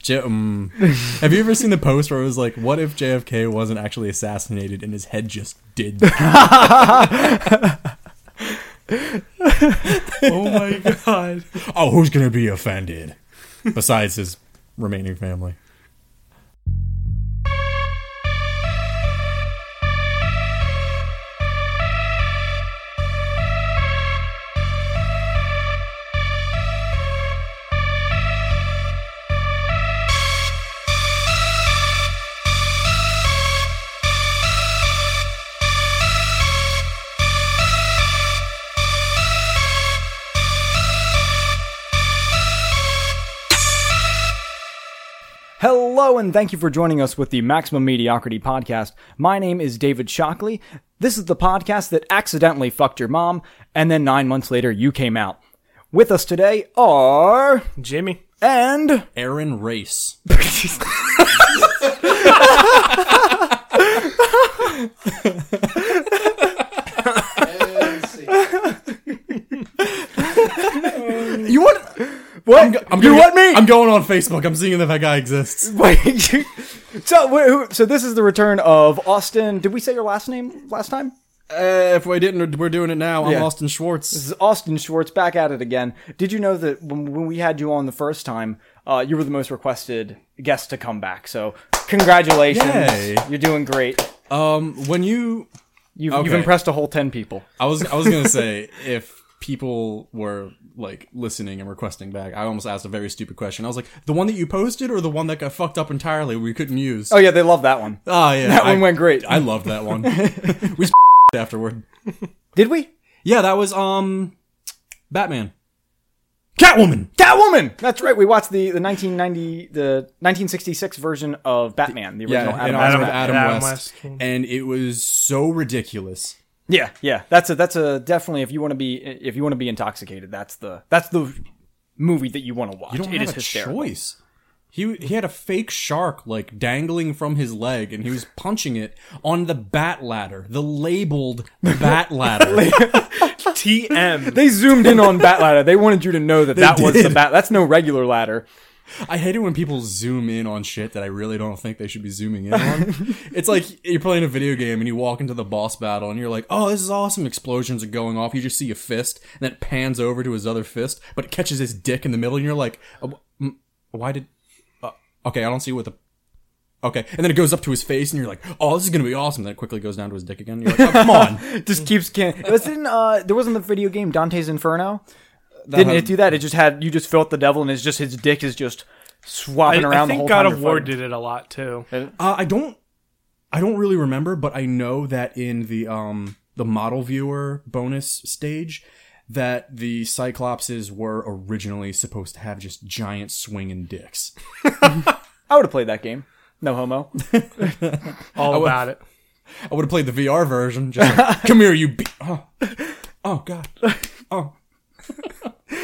J- um, have you ever seen the post where it was like, "What if JFK wasn't actually assassinated and his head just did?" oh my god! Oh, who's gonna be offended? Besides his remaining family. Hello, and thank you for joining us with the Maximum Mediocrity Podcast. My name is David Shockley. This is the podcast that accidentally fucked your mom, and then nine months later, you came out. With us today are. Jimmy. And. Aaron Race. You want. What? you gonna- want me? I'm going on Facebook. I'm seeing that that guy exists. Wait. you- so, wh- who- so, this is the return of Austin. Did we say your last name last time? Uh, if we didn't, we're doing it now. I'm Yeah. Austin Schwartz. This is Austin Schwartz back at it again. Did you know that when, when we had you on the first time, uh, you were the most requested guest to come back? So congratulations, Yay. you're doing great. Um, when you You've, you've Okay. impressed a whole ten people. I was I was gonna say if people were like listening and requesting back, I almost asked a very stupid question. I was like, the one that you posted or the one that got fucked up entirely we couldn't use. Oh yeah, they love that one. Ah, yeah, That I, one went great. I loved that one. we s- afterward. Did we? Yeah, that was um, Batman, Catwoman. Catwoman. That's right. We watched the, the 1990 the 1966 version of Batman, the Yeah, original and Adam I was Adam. with Adam, Adam West, West. and it was so ridiculous. Yeah, yeah. That's a that's a definitely if you want to be if you want to be intoxicated, that's the that's the movie that you want to watch. You don't It have is a hysterical. choice. He he had a fake shark like dangling from his leg, and he was punching it on the bat ladder, the labeled bat ladder. TM. They zoomed in on Bat Ladder. They wanted you to know that that was the did. bat. That's no regular ladder. I hate it when people zoom in on shit that I really don't think they should be zooming in on. it's like you're playing a video game and you walk into the boss battle and you're like, "Oh, this is awesome! Explosions are going off." You just see a fist, and then it pans over to his other fist, but it catches his dick in the middle, and you're like, "Uh, wh- mm, "Why did?" Uh, okay, I don't see what the. Okay, and then it goes up to his face, and you're like, "Oh, this is gonna be awesome." Then it quickly goes down to his dick again. And you're like, oh, "Come on!" It just keeps can. It was in, uh, there wasn't the video game Dante's Inferno. Didn't had- it do that? It just had you just felt the devil, and it's just his dick is just I, swapping I around the think whole God time. of you're War fighting. did it a lot too. Uh, I don't, I don't really remember, but I know that in the um the model viewer bonus stage, that the Cyclopses were originally supposed to have just giant swinging dicks. I would have played that game. No homo. All about it. I would have played the VR version. Just like, come here, you. Be- oh. oh God.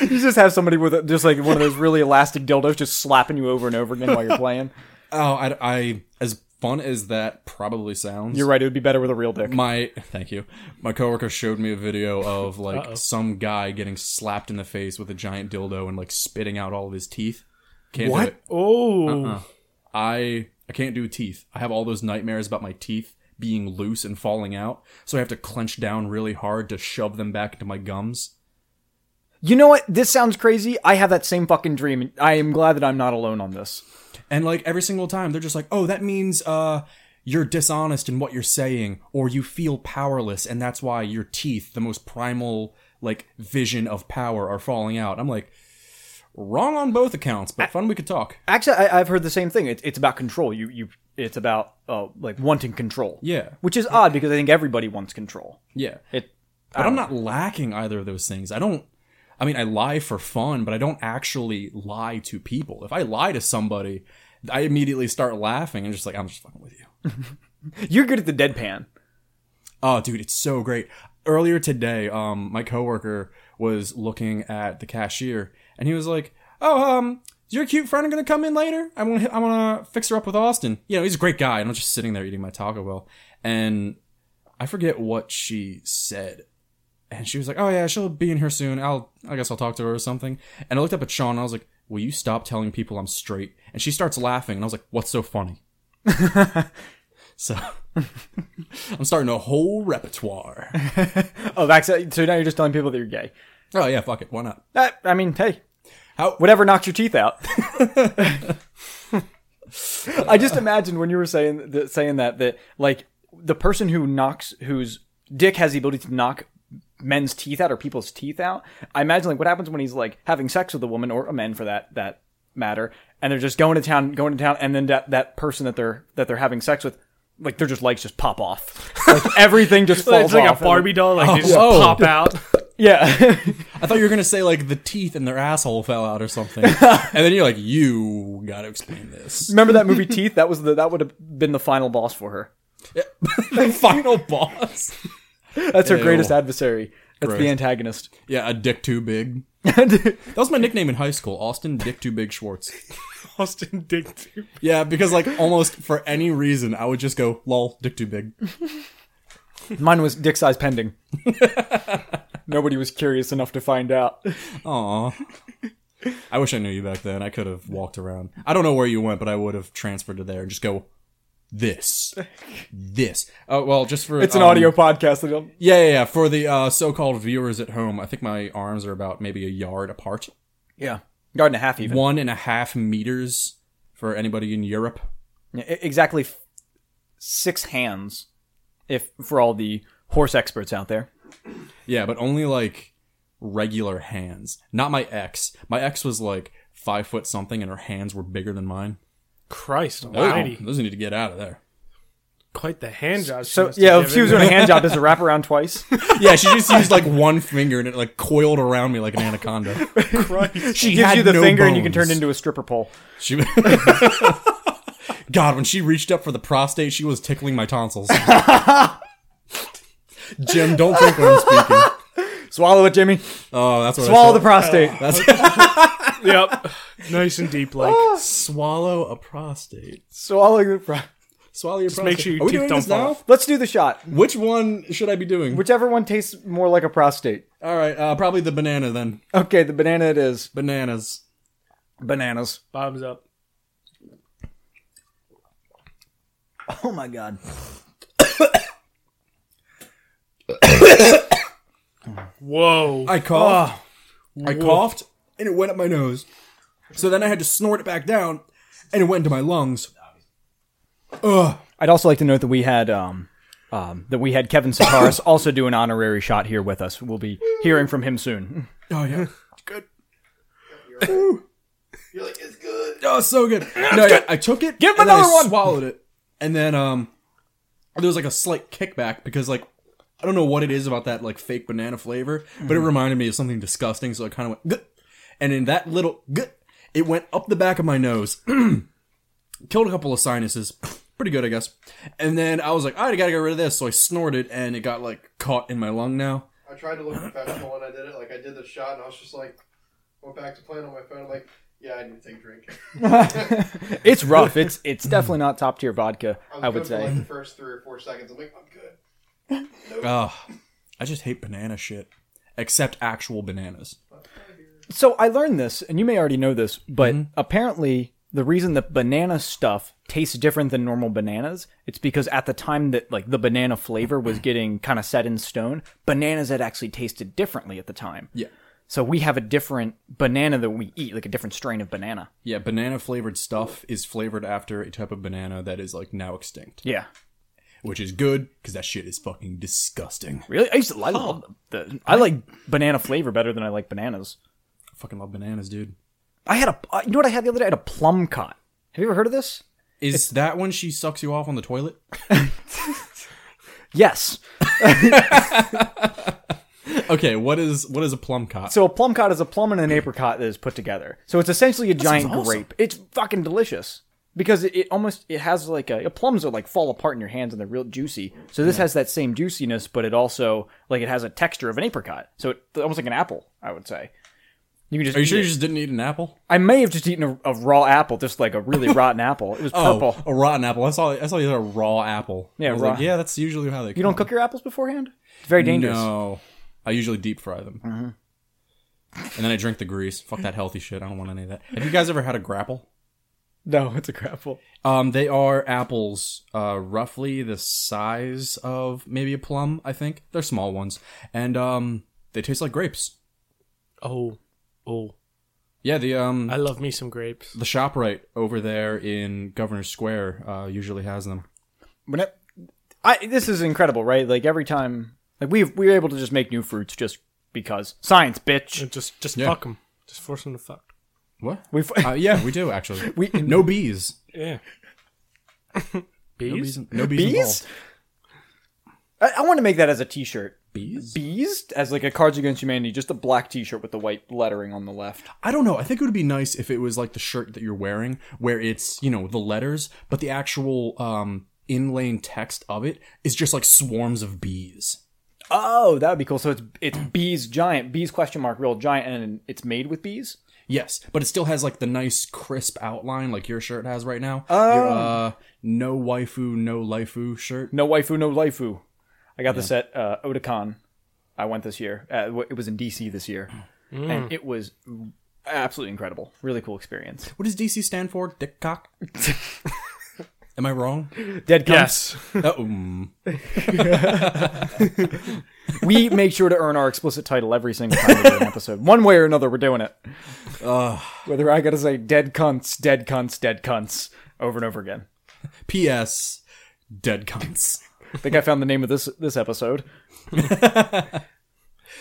you just have somebody with a, just like one of those really elastic dildos just slapping you over and over again while you're playing. Oh, I, I as fun as that probably sounds. You're right. It would be better with a real dick. My thank you. My coworker showed me a video of like some guy getting slapped in the face with a giant dildo and like spitting out all of his teeth. Can't do What? it. Oh, I I can't do teeth. I have all those nightmares about my teeth being loose and falling out, so I have to clench down really hard to shove them back into my gums. You know what? This sounds crazy. I have that same fucking dream. I am glad that I'm not alone on this. And like every single time they're just like, "Oh, that means uh you're dishonest in what you're saying or you feel powerless and that's why your teeth, the most primal like vision of power are falling out." I'm like, "Wrong on both accounts, but fun we could talk." Actually, I, I've heard the same thing. It, it's about control. You, you, it's about uh, like wanting control. Yeah. which is odd because I think everybody wants control. Yeah. It, But I'm not lacking either of those things. I don't I mean, I lie for fun, but I don't actually lie to people. If I lie to somebody, I immediately start laughing and just like I'm just fucking with you. You're good at the deadpan. Oh, dude, it's so great. Earlier today, um, my coworker was looking at the cashier, and he was like, "Oh, um, is your cute friend gonna come in later? I want, I want to fix her up with Austin. You know, he's a great guy." And I'm just sitting there eating my Taco Bell, and I forget what she said, and she was like, "Oh yeah, she'll be in here soon. I'll, I guess I'll talk to her or something." And I looked up at Sean, and I was like, "Will you stop telling people I'm straight?" And she starts laughing, and I was like, "What's so funny?" so. I'm starting a whole repertoire. Oh, that's so now you're just telling people that you're gay. Oh yeah, fuck it, why not? Uh, I mean, hey, How- whatever knocks your teeth out. I just imagined when you were saying that, saying that that like the person who knocks whose dick has the ability to knock men's teeth out or people's teeth out. I imagine like what happens when he's like having sex with a woman or a man for that that matter, and they're just going to town, going to town, and then that that person that they're that they're having sex with. Like their just legs just pop off, like everything just falls It's like off. a Barbie doll, like they just whoa. pop out. yeah. I thought you were gonna say like the teeth and their asshole fell out or something, and then you're like, you gotta explain this. Remember that movie Teeth? That was the that would have been the final boss for her. the final boss. That's her Ew. greatest adversary. That's Gross. the antagonist. Yeah, a dick too big. That was my nickname in high school, Austin Dick Too Big Schwartz. Austin Dick too. Yeah, because like almost for any reason, I would just go, lol, Dick Too Big. Mine was dick size pending. Nobody was curious enough to find out. Aw. I wish I knew you back then. I could have walked around. I don't know where you went, but I would have transferred to there and just go, this, this. Oh well, just for It's an um, audio podcast. so don't- Yeah, yeah, yeah. For the uh, so-called viewers at home, I think my arms are about maybe a yard apart, Yeah, yard and a half even. one and a half meters for anybody in Europe. Yeah, e- exactly f- six hands, if for all the horse experts out there. Yeah, but only like regular hands. Not my ex. My ex was like five foot something, and her hands were bigger than mine. Christ Wow, almighty. those need to get out of there. Quite the hand job. she So must have yeah, if given. she was doing a hand job, does it wrap around twice? Yeah, she just used like one finger, and it like coiled around me like an anaconda. Christ. She Gives had you the no finger, and you can bones. turn into a stripper pole. She. God, when she reached up for the prostate, she was tickling my tonsils. Jim, don't drink when I'm speaking. Swallow it, Jimmy. Oh, that's what Swallow I the prostate. yep. Ah. Nice and deep like. the swallow a prostate. Swallow the prostate. Swallow your prostate. make sure your Are we teeth doing don't this fall now? off. Let's do the shot. Which one should I be doing? Whichever one tastes more like a prostate. All right, uh, probably the banana then. Okay, the banana it is. Bananas. Bananas. Bottoms up. Oh my god. Whoa. I coughed. Ah, I coughed, and it went up my nose. So then I had to snort it back down, and it went into my lungs. Ugh. I'd also like to note that we had um, um, that we had Kevin Sakaris also do an honorary shot here with us. We'll be hearing from him soon. Oh yeah, good. You're like it's good. Oh, it's so good. no, yeah, I took it. Give him and then I another one. Swallowed it, and then um, there was like a slight kickback because like I don't know what it is about that like fake banana flavor, but it Mm-hmm. reminded me of something disgusting. So I kind of went, Gah! and in that little, Gah! it went up the back of my nose, killed a couple of sinuses. Pretty good, I guess. And then I was like, all right, I gotta get rid of this. So I snorted, and it got like caught in my lung now. I tried to look professional when I did it. Like I did the shot, and I was just like, went back to playing on my phone. I'm like, yeah, I need to take a drink. It's rough. It's it's definitely not top tier vodka. was I would good for, like say. the first three or four seconds. I'm like, I'm good. Ugh, I just hate banana shit. Except actual bananas. So I learned this, and you may already know this, but apparently the reason that banana stuff tastes different than normal bananas, it's because at the time that like the banana flavor was getting kind of set in stone, bananas had actually tasted differently at the time. Yeah. So we have a different banana that we eat, like a different strain of banana. Yeah, banana flavored stuff is flavored after a type of banana that is like now extinct, Yeah. which is good because that shit is fucking disgusting. Really? I used to I love the I like banana flavor better than I like bananas. I fucking love bananas, dude. I had a uh, you know what I had the other day? I had a plum cot. Have you ever heard of this? Is that when she sucks you off on the toilet? Yes. okay, what is what is a plum cot? So a plum cot is a plum and an apricot that is put together. So it's essentially a giant sounds awesome. grape. It's fucking delicious because it, it almost it has like a, plums that like fall apart in your hands and they're real juicy. So this has that same juiciness, but it also like it has a texture of an apricot. So it, almost like an apple, I would say. You can just. Are you eat sure it. you just didn't eat an apple? I may have just eaten a, a raw apple, just like a really rotten apple. It was purple. Oh, a rotten apple. I saw. I saw you had a raw apple. Yeah, I was raw. like, yeah, that's usually how they. You don't cook your apples beforehand? It's very dangerous. No, I usually deep fry them. And then I drink the grease. Fuck that healthy shit. I don't want any of that. Have you guys ever had a grapple? No, it's a grapple. Um, they are apples, uh, roughly the size of maybe a plum. I think they're small ones, and um, they taste like grapes. Oh, oh, Yeah, the um, I love me some grapes. the shop right over there in Governor Square uh, usually has them. when it, I this is incredible, right? Like every time, like we we were able to just make new fruits just because science, bitch. Uh, Just, just Yeah. fuck them. Just force them to fuck. What? We've Uh, yeah, we do actually. We- no bees. Yeah. No bees. Bees? No bees. bees. Involved. I, I want to make that as a T-shirt. Bees. Bees as like a Cards Against Humanity, just a black T-shirt with the white lettering on the left. I don't know. I think it would be nice if it was like the shirt that you're wearing, where it's you know the letters, but the actual um inlaying text of it is just like swarms of bees. Oh, that would be cool. So it's it's bees giant bees question mark real giant, and it's made with bees. Yes, but it still has like the nice crisp outline like your shirt has right now. Oh, your, uh, no waifu, no lifu shirt. No waifu, no lifu. I got this at uh, Otakon. I went this year. Uh, w- it was in DC this year, and it was absolutely incredible. Really cool experience. What does DC stand for? Dick cock. Am I wrong? Dead cum. Yes. Oh, mm. We make sure to earn our explicit title every single time we do an episode. One way or another, we're doing it. Whether I gotta say dead cunts, dead cunts, dead cunts over and over again. P.S. Dead cunts. I think I found the name of this this episode.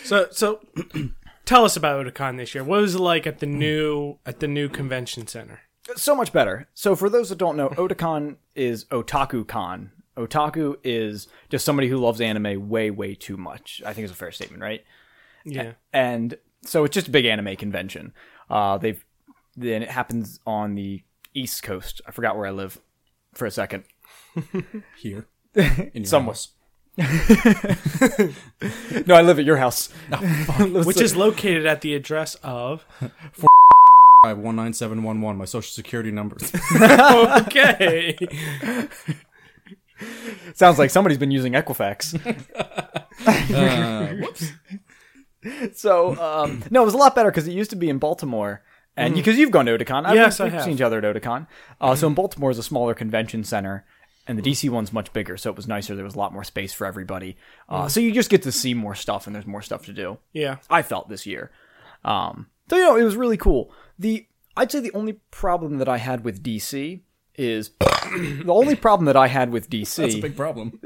So, so tell us about Otakon this year. What was it like at the new at the new convention center? So much better. So for those that don't know, Otakon is otaku con. Otaku is just somebody who loves anime way, way too much. I think is a fair statement, right? Yeah. and so it's just a big anime convention. Uh, they've then it happens on the east coast. I forgot where I live for a second. Here. In your Somewhere. house. No, I live at your house. Which is located at the address of Five one nine seven one one. My social security number. Okay. Sounds like somebody's been using Equifax. Uh, so um, no, it was a lot better because it used to be in Baltimore, and because you've gone to Otakon, I've- Yes, I we've have. seen each other at Otakon. Uh, so in Baltimore is a smaller convention center, and the DC one's much bigger, so it was nicer. There was a lot more space for everybody, uh, so you just get to see more stuff, and there's more stuff to do. Yeah. I felt this year. Um, so you know, it was really cool. The I'd say the only problem that I had with DC is the only problem that I had with DC. that's a big problem.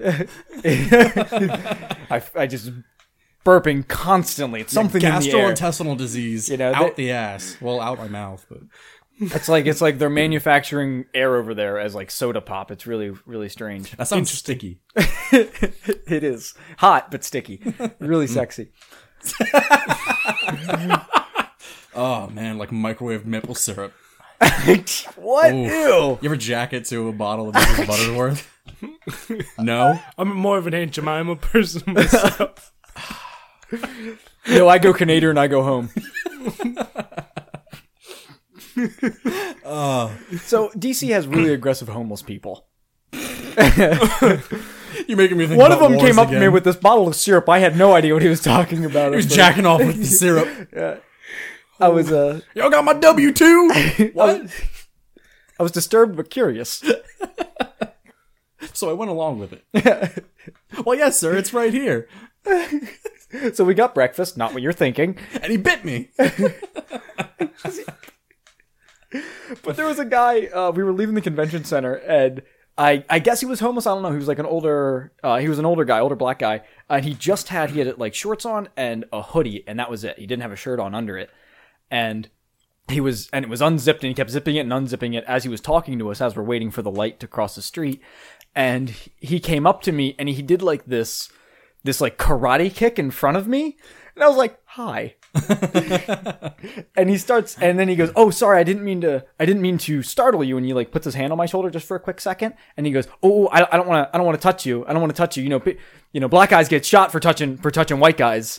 I, I just burping constantly. It's something in the air. gastrointestinal disease know, out they- the ass well out my mouth but It's like it's like they're manufacturing air over there as like soda pop. It's really really strange. that sounds sticky It is hot but sticky, really sexy. oh man like microwave maple syrup what? Ew. you ever jack it to a bottle of Mrs. butterworth no I'm more of an Aunt Jemima person myself. No, I go Canada and I go home. Ah. So DC has really aggressive homeless people. you're making me think One of about them wars came up to again. me with this bottle of syrup. I had no idea what he was talking about. he was jacking off with the syrup I was uh, y'all got my w2 what I was disturbed but curious. so i went along with it well yes sir it's right here So we got breakfast, not what you're thinking. and he bit me But there was a guy. Uh, we were leaving the convention center, and I I guess he was homeless. I don't know. He was like an older. Uh, he was an older guy, older black guy, and he just had he had like shorts on and a hoodie, and that was it. He didn't have a shirt on under it, and he was and it was unzipped, and he kept zipping it and unzipping it as he was talking to us as we're waiting for the light to cross the street, and he came up to me and he did like this this like karate kick in front of me. And I was like, "Hi." and he starts and then he goes, "Oh, sorry, I didn't mean to I didn't mean to startle you." And he like puts his hand on my shoulder just for a quick second, and he goes, "Oh, oh, I, I don't want to I don't want to touch you. I don't want to touch you. You know, pe- you know, black guys get shot for touching for touching white guys."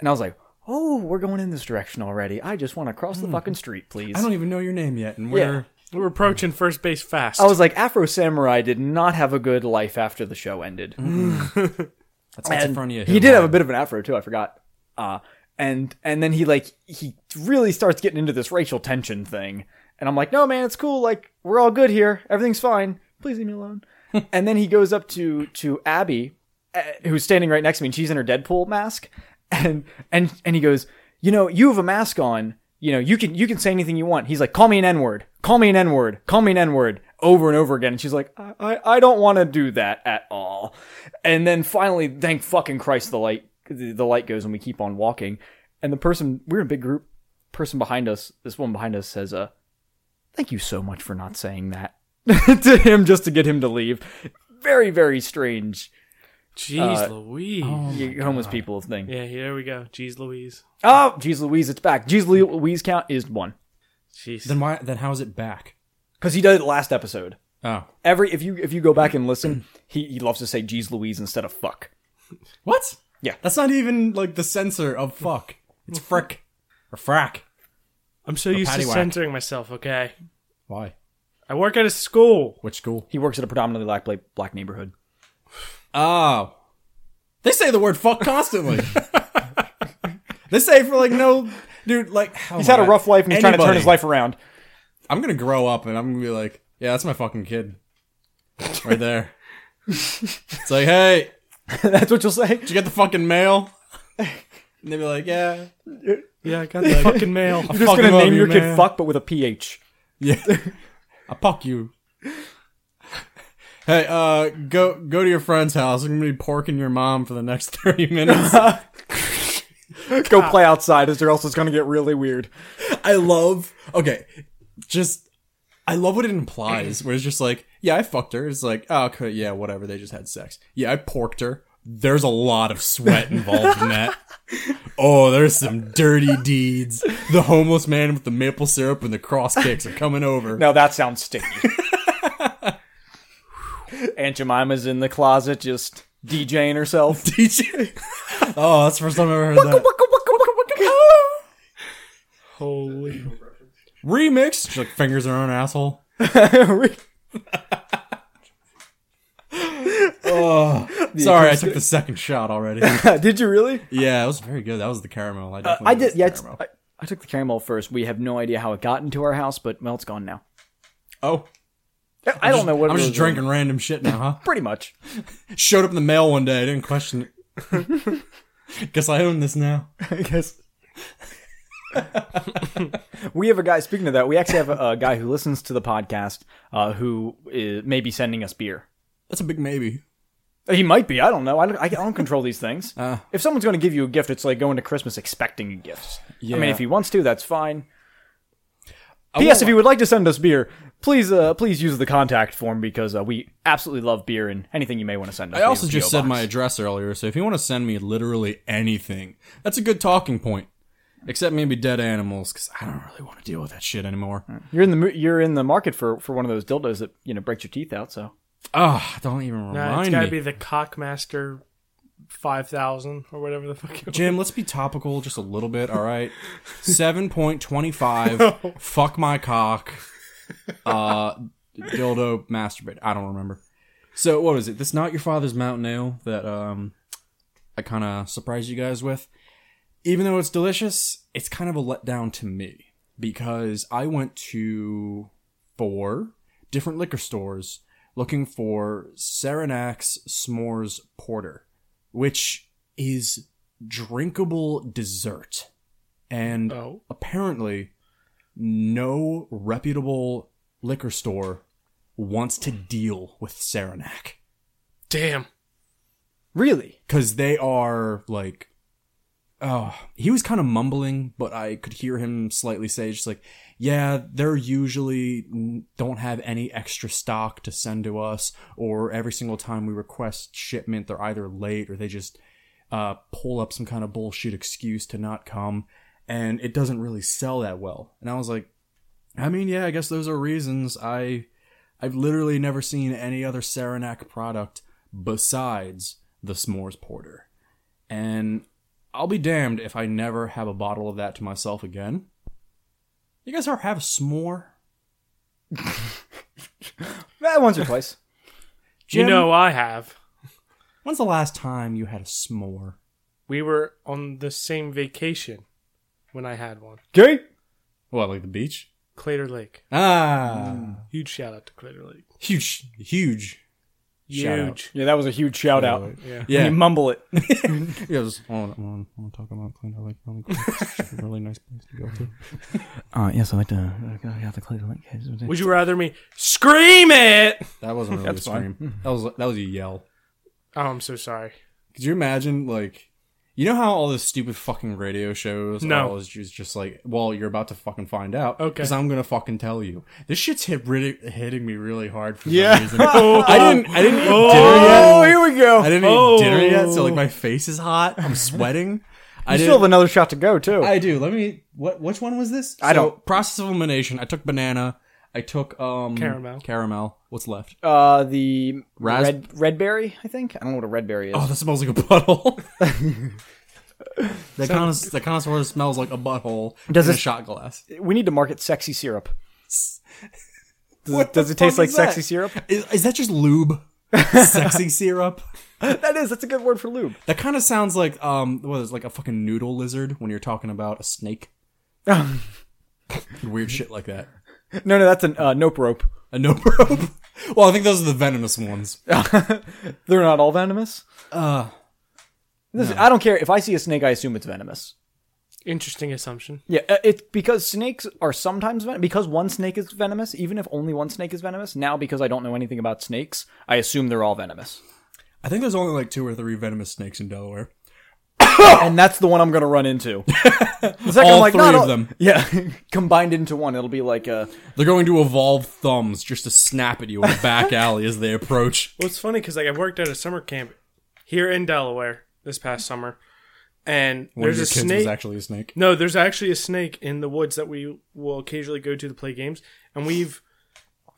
And I was like, "Oh, we're going in this direction already. I just want to cross the fucking street, please." Hmm. I don't even know your name yet, and we're We were approaching first base fast. I was like, Afro Samurai did not have a good life after the show ended. Hmm. that's schizophrenia. He did have a bit of an afro too. I forgot. Uh, and and then he like he really starts getting into this racial tension thing, and I'm like, no man, it's cool. Like we're all good here. Everything's fine. Please leave me alone. and then he goes up to to Abby, uh, who's standing right next to me, and she's in her Deadpool mask, and and and he goes, you know, you have a mask on. You know, you can you can say anything you want. He's like, call me an N word. Call me an N word. Call me an N word over and over again. And she's like, I, I, I don't want to do that at all. And then finally, thank fucking Christ, the light the, the light goes and we keep on walking. And the person we're in a big group. Person behind us, this woman behind us says, "Uh, thank you so much for not saying that to him just to get him to leave." Very very strange. Jeez Louise. you- homeless people thing. Yeah, here we go. Jeez Louise. Oh, Jeez Louise, it's back. Jeez Louise count is one Jeez. Then why? Then how is it back? because he did it last episode. Oh, Every if you if you go back and listen, he, he loves to say Jeez Louise instead of fuck. what? Yeah. that's not even like the censor of fuck. It's frick or frack. I'm so used to paddywhack. censoring myself, okay? Why? I work at a school. Which school? He works at a predominantly black pla- black neighborhood. Oh, they say the word fuck constantly. they say it for like no, dude. Like oh He's my had a God. rough life and he's trying to turn Anybody. his life around. I'm gonna grow up and I'm gonna be like, yeah, that's my fucking kid, right there. it's like, hey, did That's what you'll say. you get the fucking mail? And they'd be like, yeah. Yeah, I got the fucking mail. I You're just fuck gonna you up, name you your kid man. fuck, but with a ph. Yeah. I fuck you. Hey, uh, go go to your friend's house. I'm gonna be porking your mom for the next thirty minutes. Go play outside, as or else it's gonna get really weird. I love. Okay, just I love what it implies. Where it's just like, yeah, I fucked her. It's like, oh, okay, yeah, whatever. They just had sex. Yeah, I porked her. There's a lot of sweat involved in that. Oh, there's some dirty deeds. The homeless man with the maple syrup and the cross kicks are coming over. Now that sounds sticky. Aunt Jemima's in the closet, just DJing herself. DJ. oh, that's the first time I've ever heard that. Holy. Remix. She like fingers her own asshole. Sorry, I took the second shot already. Did you really? yeah, it was very good. That was the caramel. I, definitely Uh, I got did. the Yeah, it's- caramel. I, I took the caramel first. We have no idea how it got into our house, but well, it's gone now. oh, I I don't know what. it I'm just was. drinking random shit now, Pretty much. huh? Showed up in the mail one day. I didn't question it. Guess I own this now. I guess. we have a guy. Speaking of that, we actually have a, a guy who listens to the podcast uh, who is, may be sending us beer. That's a big maybe. He might be. I don't know. I don't, I don't control these things. Uh. if someone's going to give you a gift, it's like going to Christmas expecting gifts. I mean, Yeah. if he wants to, that's fine. P.S. If you would like to send us beer, please, uh, please use the contact form because uh, we absolutely love beer and anything you may want to send I us. we also have a just PO said my box. address earlier, so if you want to send me literally anything, that's a good talking point. Except maybe dead animals, because I don't really want to deal with that shit anymore. You're in the mo- you're in the market for, for one of those dildos that you know breaks your teeth out. So Ah, don't even Nah, it's remind got to me. be the Cockmaster 5000 or whatever the fuck it was. Jim, let's be topical just a little bit, all right? 7.25, fuck my cock, uh, dildo masturbate. I don't remember. So, what is it? This Not Your Father's Mountain Ale that um, I kind of surprised you guys with. Even though it's delicious, it's kind of a letdown to me because I went to four different liquor stores looking for Saranax S'mores Porter, which is drinkable dessert. And Oh. apparently, no reputable liquor store wants to deal with Saranac Damn. really, because they are like oh he was kind of mumbling but i could hear him slightly say just like yeah they're usually n- don't have any extra stock to send to us or every single time we request shipment they're either late or they just uh, pull up some kind of bullshit excuse to not come, and it doesn't really sell that well. And I was like, I mean, yeah, I guess those are reasons. I I've literally never seen any other Saranac product besides the S'mores Porter. And I'll be damned if I never have a bottle of that to myself again. You guys ever have a s'more? Eh, once or twice. Jim, You know I have. when's the last time you had a s'more? We were on the same vacation when I had one. Okay. What, like the beach? Clater Lake. Ah, Huge shout out to Clater Lake. huge, huge. Shout out. Huge. Yeah, that was a huge shout out. Yeah. Yeah. Yeah, you mumble it. yeah. I was, I want to talk about Clint. I like really a really nice place to go to. Uh, yes, I like to uh, have the Cleveland link. It's- Would you rather me scream it? That wasn't really a fine. scream. That was that was a yell. Oh, I'm so sorry. Could you imagine, like, you know how all those stupid fucking radio shows? No. all is just, just like, well, you're about to fucking find out. Okay. Because I'm gonna fucking tell you. This shit's hit really, hitting me really hard for Yeah. some reason. I didn't. I didn't eat dinner Oh, yet. here we go. I didn't Oh. eat dinner yet, so like my face is hot. I'm sweating. I you didn't- still have another shot to go too. I do. Let me. What? Which one was this? I don't- Process of elimination. I took banana. I took um Caramel. Caramel. What's left? uh, the Ras- red red berry, I think. I don't know what a red berry is. Oh, that smells like a butthole. that kind of that kind of sort of smells like a butthole. Does in it- a shot glass? we need to market sexy syrup. Does, What it, does the it taste fuck like is sexy that? syrup? Is, is that just lube? Sexy syrup. that is. That's a good word for lube. That kind of sounds like um, what is it, like a fucking noodle lizard when you're talking about a snake. no, Weird shit like that. no, that's a uh, nope rope. A no probe. well, I think those are the venomous ones. They're not all venomous. Uh, Listen, I don't care if I see a snake. I assume it's venomous. Interesting assumption. Yeah, uh, it's because snakes are sometimes venomous. Because one snake is venomous, even if only one snake is venomous. Now, because I don't know anything about snakes, I assume they're all venomous, I think there's only like two or three venomous snakes in Delaware. and that's the one I'm going to run into. Oh! The second, All I'm like, three "No, of no." them. Yeah, combined into one, it'll be like uh, a. They're going to evolve thumbs just to snap at you in the back alley as they approach. Well, it's funny because like I worked at a summer camp here in Delaware this past summer, and One there's a of your kids was snake. actually a snake. No, there's actually a snake in the woods that we will occasionally go to to play games, and we've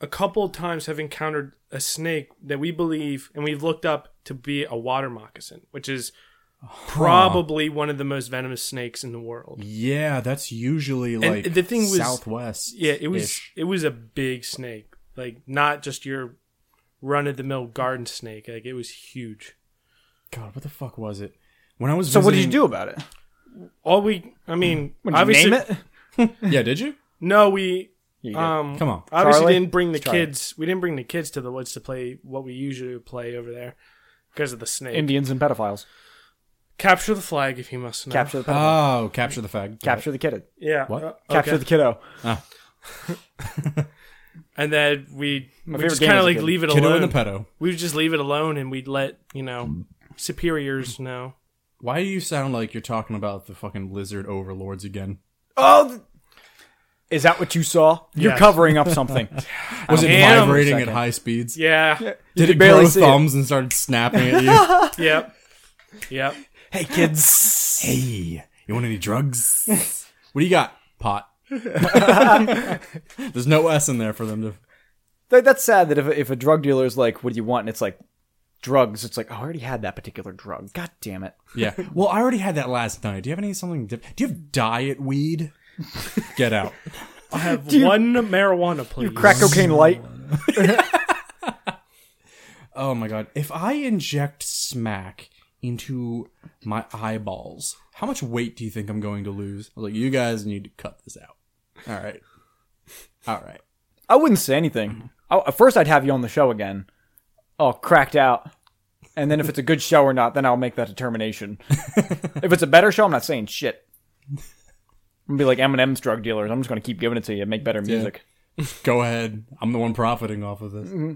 a couple of times have encountered a snake that we believe and we've looked up to be a water moccasin, which is probably one of the most venomous snakes in the world. Yeah, that's usually like the thing was- southwest. Yeah, it was ish. it was a big snake, like not just your run of the mill garden snake. Like it was huge. God, what the fuck was it? When I was So, what did you visiting- do about it? All we, I mean, What, did you obviously, name it? Yeah, did you? no, we You did. um Come on. obviously Charlie? didn't bring the Charlie. kids. We didn't bring the kids to the woods to play what we usually would play over there because of the snake. Indians and pedophiles. Capture the flag if you must know. Capture the pedophile. Oh, capture the fag. Capture the kid. yeah, What? uh, Capture okay. the kiddo. and then we My we favorite just game kind as of a like kid. leave it Kiddo alone. and the Mm. pedo. we would just leave it alone, and we'd let you know superiors know. Why do you sound like you're talking about the fucking lizard overlords again? Oh, th- is that what you saw? You're Yes. covering up something. Was it Damn. vibrating at Second. high speeds? Yeah, Did could it barely grow see it. thumbs and started snapping at you? yep, yep. hey, kids. hey, you want any drugs? what do you got? Pot. There's no S in there for them to. That, that's sad that if, a- if a drug dealer's like, what do you want? And it's like, drugs. It's like, oh, I already had that particular drug. God damn it. Yeah. Well, I already had that last night. Do you have any something? Dip- Do you have diet weed? Get out. I have one marijuana, please. Crack cocaine light. Oh my god. If I inject smack into my eyeballs, how much weight do you think I'm going to lose? I was like, you guys need to cut this out. All right. All right. I wouldn't say anything. I, at first, I'd have you on the show again. Oh, cracked out. And then if it's a good show or not, then I'll make that determination. if it's a better show, I'm not saying shit. I'm gonna be like Eminem's drug dealers. I'm just gonna keep giving it to you and make better music. Go ahead. I'm the one profiting off of this. Mm-hmm.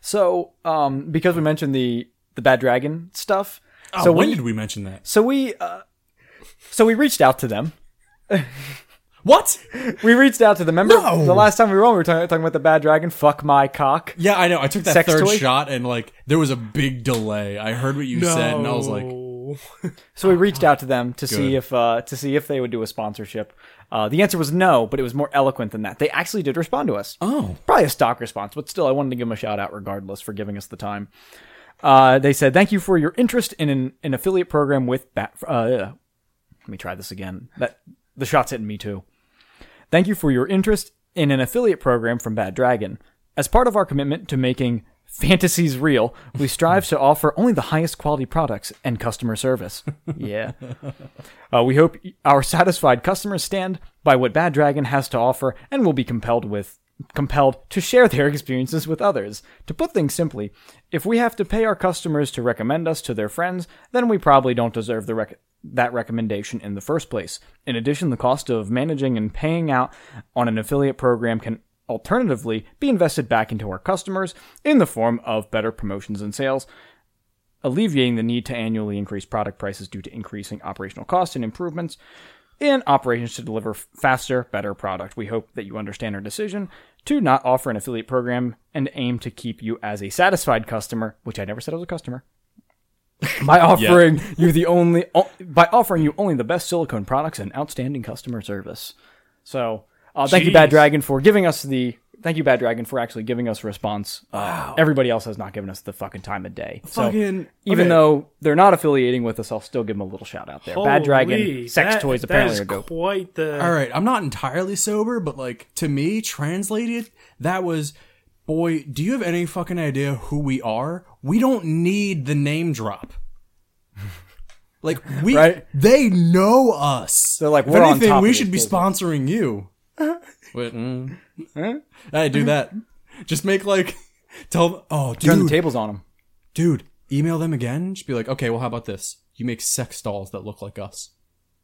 So, um, because we mentioned the the bad dragon stuff, Oh, so when we did we mention that? so we uh, so we reached out to them. What? We reached out to them. Remember No! the last time we were on, we were talking, talking about the bad dragon. Fuck my cock. Yeah, I know. I took that Sex third toy? shot and like there was a big delay. I heard what you said and I was like, No. No. So we reached out to them to see Good. if uh, to see if they would do a sponsorship. Uh, the answer was no, but it was more eloquent than that. They actually did respond to us. Oh. Probably a stock response, but still, I wanted to give them a shout out regardless for giving us the time. Uh, they said, "Thank you for your interest in an, an affiliate program with Bat." Uh, let me try this again. That the shot's hitting me too. Thank you for your interest in an affiliate program from Bad Dragon. As part of our commitment to making fantasies real, we strive to offer only the highest quality products and customer service. Yeah. Uh, we hope our satisfied customers stand by what Bad Dragon has to offer and will be compelled with compelled to share their experiences with others. To put things simply, if we have to pay our customers to recommend us to their friends, then we probably don't deserve the rec- that recommendation in the first place. In addition, the cost of managing and paying out on an affiliate program can alternatively be invested back into our customers in the form of better promotions and sales alleviating the need to annually increase product prices due to increasing operational costs and improvements in operations to deliver f- faster, better product. We hope that you understand our decision to not offer an affiliate program and aim to keep you as a satisfied customer, which I never said I was a customer. By offering you the only o- by offering you only the best silicone products and outstanding customer service. So, uh, thank you, Bad Jeez. Dragon, for giving us the thank you, Bad Dragon, for actually giving us a response. Wow. Everybody else has not given us the fucking time of day. So Fucking- even okay. though they're not affiliating with us, I'll still give them a little shout out there. Bad Dragon Holy, sex that- toys that apparently is are dope. quite the. All right, I'm not entirely sober, but like to me, translated, that was, boy, do you have any fucking idea who we are? We don't need the name drop. Like we, Right? they know us. They're like, if "We're on anything, top we of should be this sponsoring you. Wait, mm. I do that. Just make like, tell them. Oh, dude, Turn the tables on them. dude, email them again. Just be like, okay, well, how about this? You make sex dolls that look like us.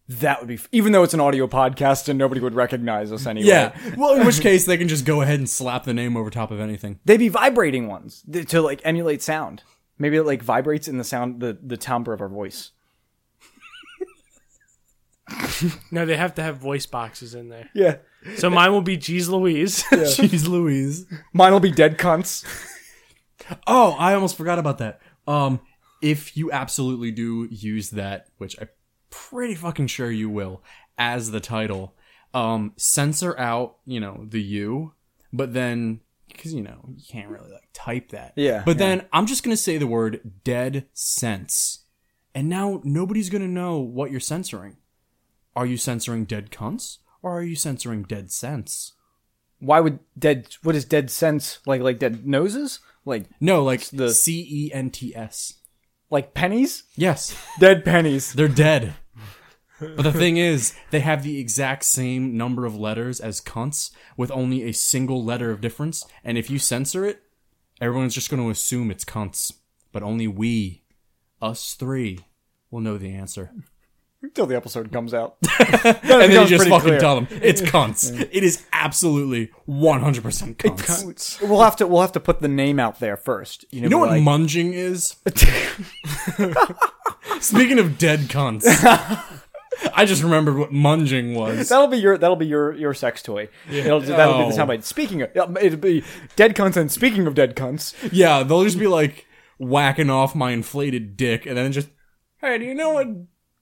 That would be f- even though it's an audio podcast and nobody would recognize us anyway. Yeah. Well, in which case they can just go ahead and slap the name over top of anything. they'd be vibrating ones th- to like emulate sound. Maybe it like vibrates in the sound the the timbre of our voice. No, they have to have voice boxes in there. Yeah, So mine will be Geez Louise. Jeez Louise. mine'll be dead cunts. Oh, I almost forgot about that. Um, if you absolutely do use that, which I'm pretty fucking sure you will, as the title, um, censor out, you know, the U, but then, because, you know, you can't really, like, type that. Yeah, But yeah. then I'm just going to say the word dead sense. And now nobody's going to know what you're censoring. Are you censoring dead cunts? Or are you censoring dead sense? Why would dead? What is dead sense like? Like dead noses? Like No, like the- C E N T S. like pennies? Yes. Dead pennies. They're dead. But the thing is, they have the exact same number of letters as cunts, with only a single letter of difference. And if you censor it, everyone's just going to assume it's cunts. But only we, us three, will know the answer. Until the episode comes out. and then becomes you just pretty fucking clear. tell them it's cunts. It is absolutely 100% cunts. We'll have to we'll have to put the name out there first. You know, you know what like, munging is? Speaking of dead cunts, I just remembered what munging was. that'll be your that'll be your your sex toy. It'll, that'll be the Oh. soundbite. Speaking of it'll be dead cunts and speaking of dead cunts. Yeah, they'll just be like whacking off my inflated dick and then just, hey, do you know what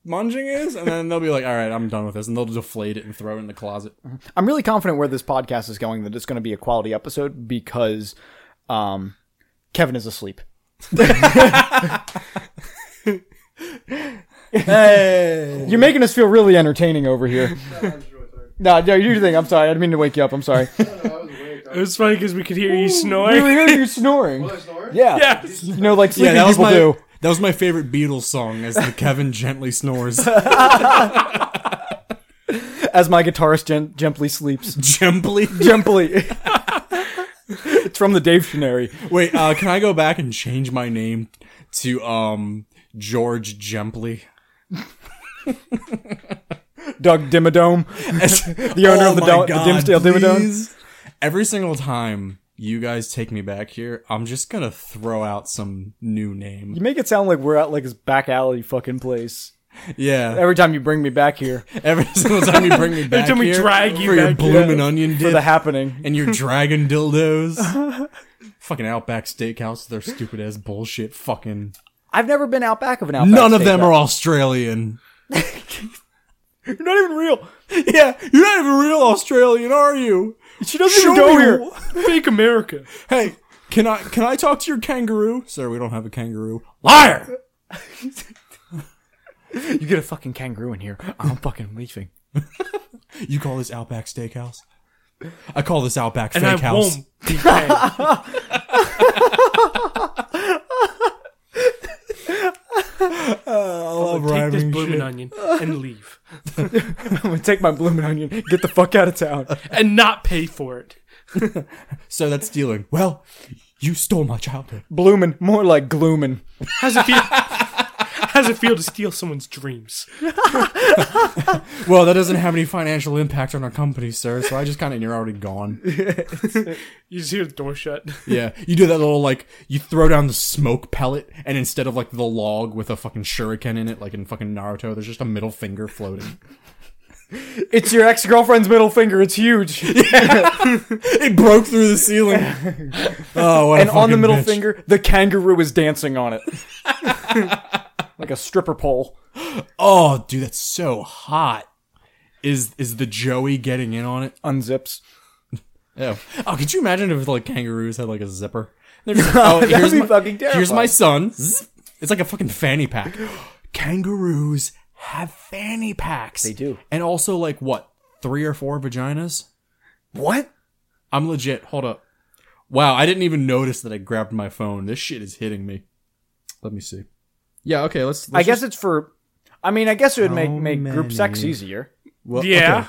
munging is? And then they'll be like, all right, I'm done with this. And they'll deflate it and throw it in the closet. I'm really confident where this podcast is going that it's going to be a quality episode because um, Kevin is asleep. hey, you're making us feel really entertaining over here. I'm just really tired. No, no, you do your thing. I'm sorry. I didn't mean to wake you up. I'm sorry. No, I was awake. I it was was funny because we could hear you We snoring. were you snoring. I snoring? Yeah. Yes. You know, like Yeah, sleeping that was people my. do. That was my favorite Beatles song, as the Kevin gently snores, As my guitarist gen- gently sleeps. gently. gently. it's from the Dave Shinary. Wait, uh, can I go back and change my name to um George Gently? Doug Dimmadome. the owner of the Dom- the Dimsdale Dimmadome? Every single time you guys take me back here, I'm just gonna throw out some new name. You make it sound like we're at like this back alley fucking place. Yeah, Every time you bring me back here every single time you bring me back time we here drag you for your back here. blooming onion for dip the happening. and your dragon dildos, fucking Outback Steakhouse, with their stupid ass bullshit, fucking I've never been out back of an outback. None of them steakhouse. are Australian. You're not even real. Yeah, you're not even real Australian, are you? She doesn't Show even go me here. Fake America. Hey, can I can I talk to your kangaroo? Sir, we don't have a kangaroo. Liar! You get a fucking kangaroo in here. I'm fucking leaving. You call this Outback Steakhouse? I call this Outback And Fake I House. won't be paid. I love Take this rhyming blooming shit. onion and leave. I'm gonna take my blooming onion. Get the fuck out of town. And not pay for it. So that's stealing. Well, you stole my childhood. Bloomin', more like gloomin'. How's it feel? How's it feel to steal someone's dreams? Well, that doesn't have any financial impact on our company, sir. So I just kind of you're already gone. You just hear the door shut. Yeah, you do that little like you throw down the smoke pellet, and instead of like the log with a fucking shuriken in it, like in fucking Naruto, there's just a middle finger floating. It's your ex girlfriend's middle finger. It's huge. it broke through the ceiling. Oh, what a and on the fucking middle bitch. finger, the kangaroo is dancing on it. like a stripper pole. Oh, dude, that's so hot. Is is the Joey getting in on it? Unzips. Oh, oh, could you imagine if like kangaroos had like a zipper? They're just, oh, That'd here's be my- fucking Here's my son. terrifying. Zzz. It's like a fucking fanny pack. Kangaroos have fanny packs. They do. And also like what? Three or four vaginas? What? I'm legit. Hold up. Wow, I didn't even notice that I grabbed my phone. This shit is hitting me. Let me see. Yeah, okay, let's, I let's guess just- it's for. I mean, I guess it would How make make group many? sex easier. well, Yeah.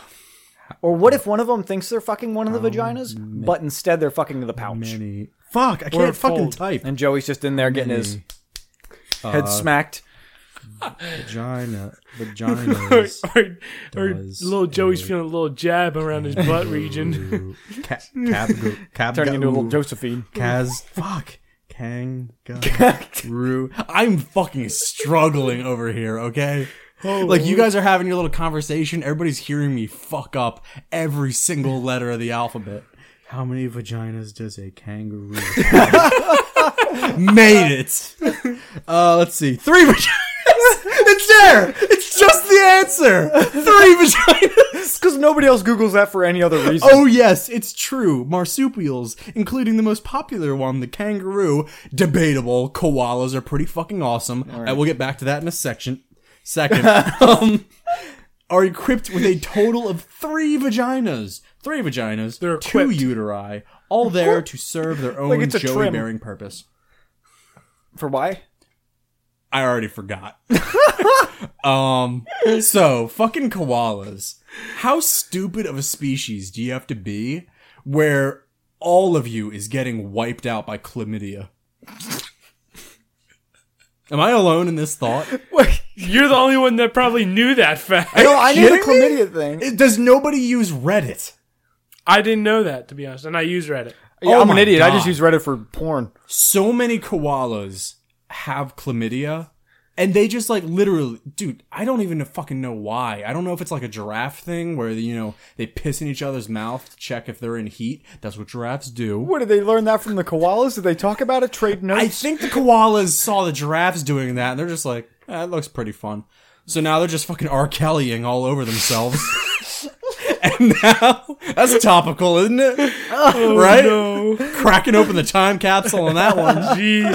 Or what if one of them thinks they're fucking one of the vaginas, but instead they're fucking the pouch? okay. Many- Fuck, I Or a can't fucking fold. type. And Joey's just in there getting his head smacked. Vagina. Or, Vaginas. or, or Does little Joey's a- feeling a little jab around his butt region. Cab, cab, cab, Turning into a little Josephine. Kaz. Fuck. Kangaroo. I'm fucking struggling over here, okay? like, you guys are having your little conversation. Everybody's hearing me fuck up every single letter of the alphabet. How many vaginas does a kangaroo have? Made it. Uh, let's see. Three vaginas. It's there. It's just the answer. Three vaginas. Because nobody else Googles that for any other reason. Oh yes, it's true. Marsupials, including the most popular one, the kangaroo, debatable. Koalas are pretty fucking awesome. I will get back to that in a section. Second, um, are equipped with a total of three vaginas. Three vaginas, They're two equipped. uteri, all there to serve their own it's a joey trim. bearing purpose. For why? I already forgot. um, so fucking koalas. How stupid of a species do you have to be where all of you is getting wiped out by chlamydia? Am I alone in this thought? You're the only one that probably knew that fact. No, I knew the kidding me? chlamydia thing. It- Does nobody use Reddit? I didn't know that, to be honest, and I use Reddit. Yeah, Oh I'm an my idiot. I just God. use Reddit for porn. So many koalas have chlamydia. And they just like literally, dude. I don't even fucking know why. I don't know if it's like a giraffe thing where you know they piss in each other's mouth to check if they're in heat. That's what giraffes do. What did they learn that from the koalas? Did they talk about it? Trade I notes? think the koalas saw the giraffes doing that, and they're just like, "Ah, "That looks pretty fun." So now they're just fucking R. Kellying all over themselves. and now that's topical, isn't it? Oh, right? Cracking open the time capsule on that one. Jeez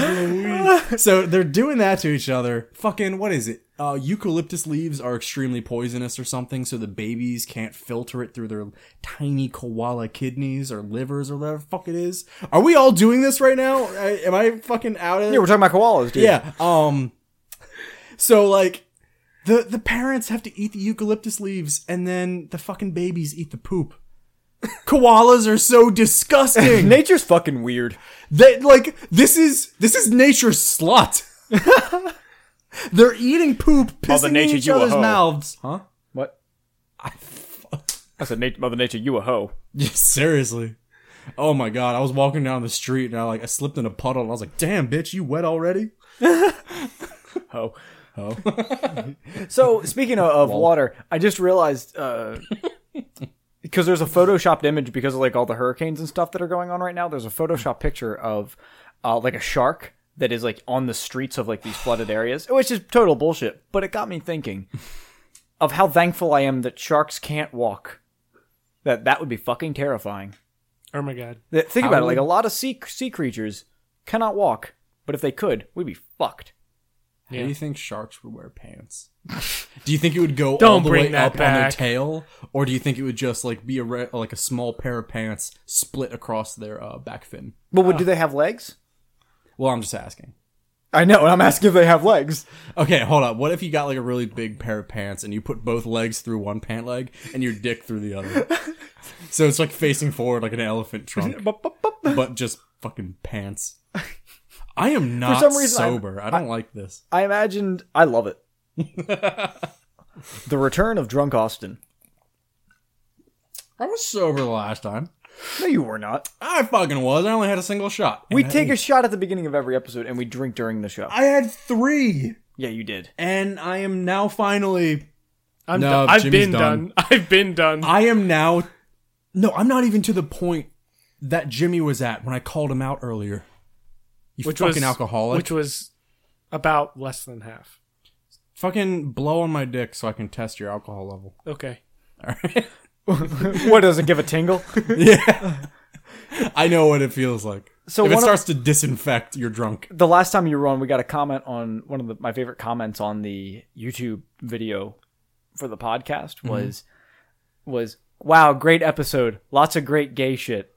Louise. so they're doing that to each other. Fucking what is it? Uh, eucalyptus leaves are extremely poisonous or something, so the babies can't filter it through their tiny koala kidneys or livers or whatever the fuck it is. Are we all doing this right now? I, am I fucking out of it? yeah, we're talking about koalas, dude. Yeah. Um. So like, the the parents have to eat the eucalyptus leaves, and then the fucking babies eat the poop. Koalas are so disgusting. Nature's fucking weird. That like this is this is nature's slut. They're eating poop, Mother pissing in Nature, each you a other's hoe. mouths. Huh? What? I said, Nat- Mother Nature, you a hoe. Yeah, seriously. Oh my god, I was walking down the street and I like I slipped in a puddle and I was like, "Damn, bitch, you wet already?" Hoe. Hoe. so, speaking of, of water, I just realized. Uh, Because there's a photoshopped image because of like all the hurricanes and stuff that are going on right now. There's a photoshopped picture of uh, like a shark that is like on the streets of like these flooded areas, which is total bullshit. But it got me thinking of how thankful I am that sharks can't walk. That that would be fucking terrifying. Oh my god. That- Think about it. Like a lot of sea sea creatures cannot walk, but if they could, we'd be fucked. How do you think sharks would wear pants? do you think it would go all Don't the bring way that up on their back. tail, or do you think it would just like be a re- like a small pair of pants split across their uh, back fin? But would, do they have legs? Well, I'm just asking. I know, and I'm asking if they have legs. Okay, hold up. What if you got like a really big pair of pants and you put both legs through one pant leg and your dick through the other? so it's like facing forward like an elephant trunk, but just fucking pants. I am not some reason, I'm- sober. I'm, I do not like this. I imagined. I love it. the return of drunk Austin. I was sober last time. No, you were not. I fucking was. I only had a single shot. We And I- take a shot at the beginning of every episode and we drink during the show. I had three, yeah, you did. and I am now finally. I'm No, done. I've Jimmy's been done. done. I've been done. I am now. No, I'm not even to the point that Jimmy was at when I called him out earlier. You fucking alcoholic. Which was about less than half. fucking blow on my dick so I can test your alcohol level. Okay. All right. what does it give a tingle? I know what it feels like. So So if one it of- starts to disinfect, you're drunk. the last time you were on, we got a comment on one of the, my favorite comments on the YouTube video for the Mm-hmm. podcast was was wow, great episode, lots of great gay shit.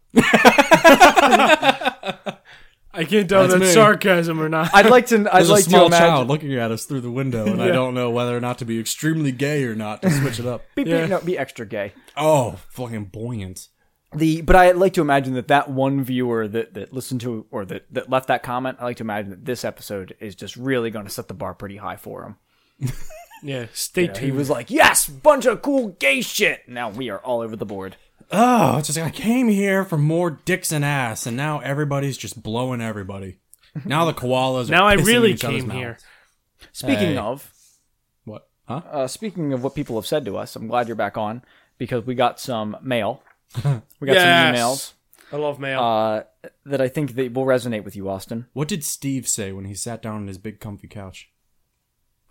I can't tell if That's that's me. sarcasm or not. I'd like to. I'd There's like a small to imagine. child looking at us through the window, and I don't know whether or not to be extremely gay or not to switch it up. Beep, beep, no, be extra gay. Oh, fucking buoyant. The but I like to imagine that that one viewer that that listened to or that that left that comment. I like to imagine that this episode is just really going to set the bar pretty high for him. yeah. Stay He tuned. was like, "Yes, bunch of cool gay shit." Now we are all over the board. Oh, it's just like I came here for more dicks and ass, and now everybody's just blowing everybody. Now the koalas. Are Now I pissing in really each other's came here. mouths. Speaking Hey. of, What? Huh? uh, speaking of what people have said to us, I'm glad you're back on because we got some mail. We got Yes. some I love mail. emails uh, that I think that will resonate with you, Austin. What did Steve say when he sat down on his big comfy couch?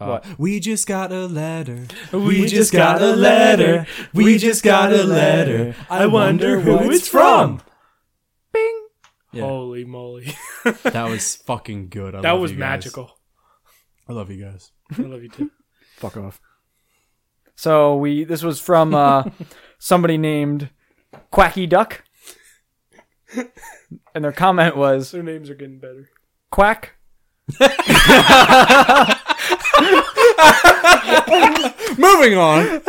Uh, What? We just got a letter. We, just got a letter. We just got a letter. I wonder who it's from. yeah. Holy moly. That was fucking good. I that love was you guys. magical. I love you guys. I love you too. Fuck off. So we this was from uh, somebody named Quacky Duck, and their comment was Their names are getting better. Quack. Moving on.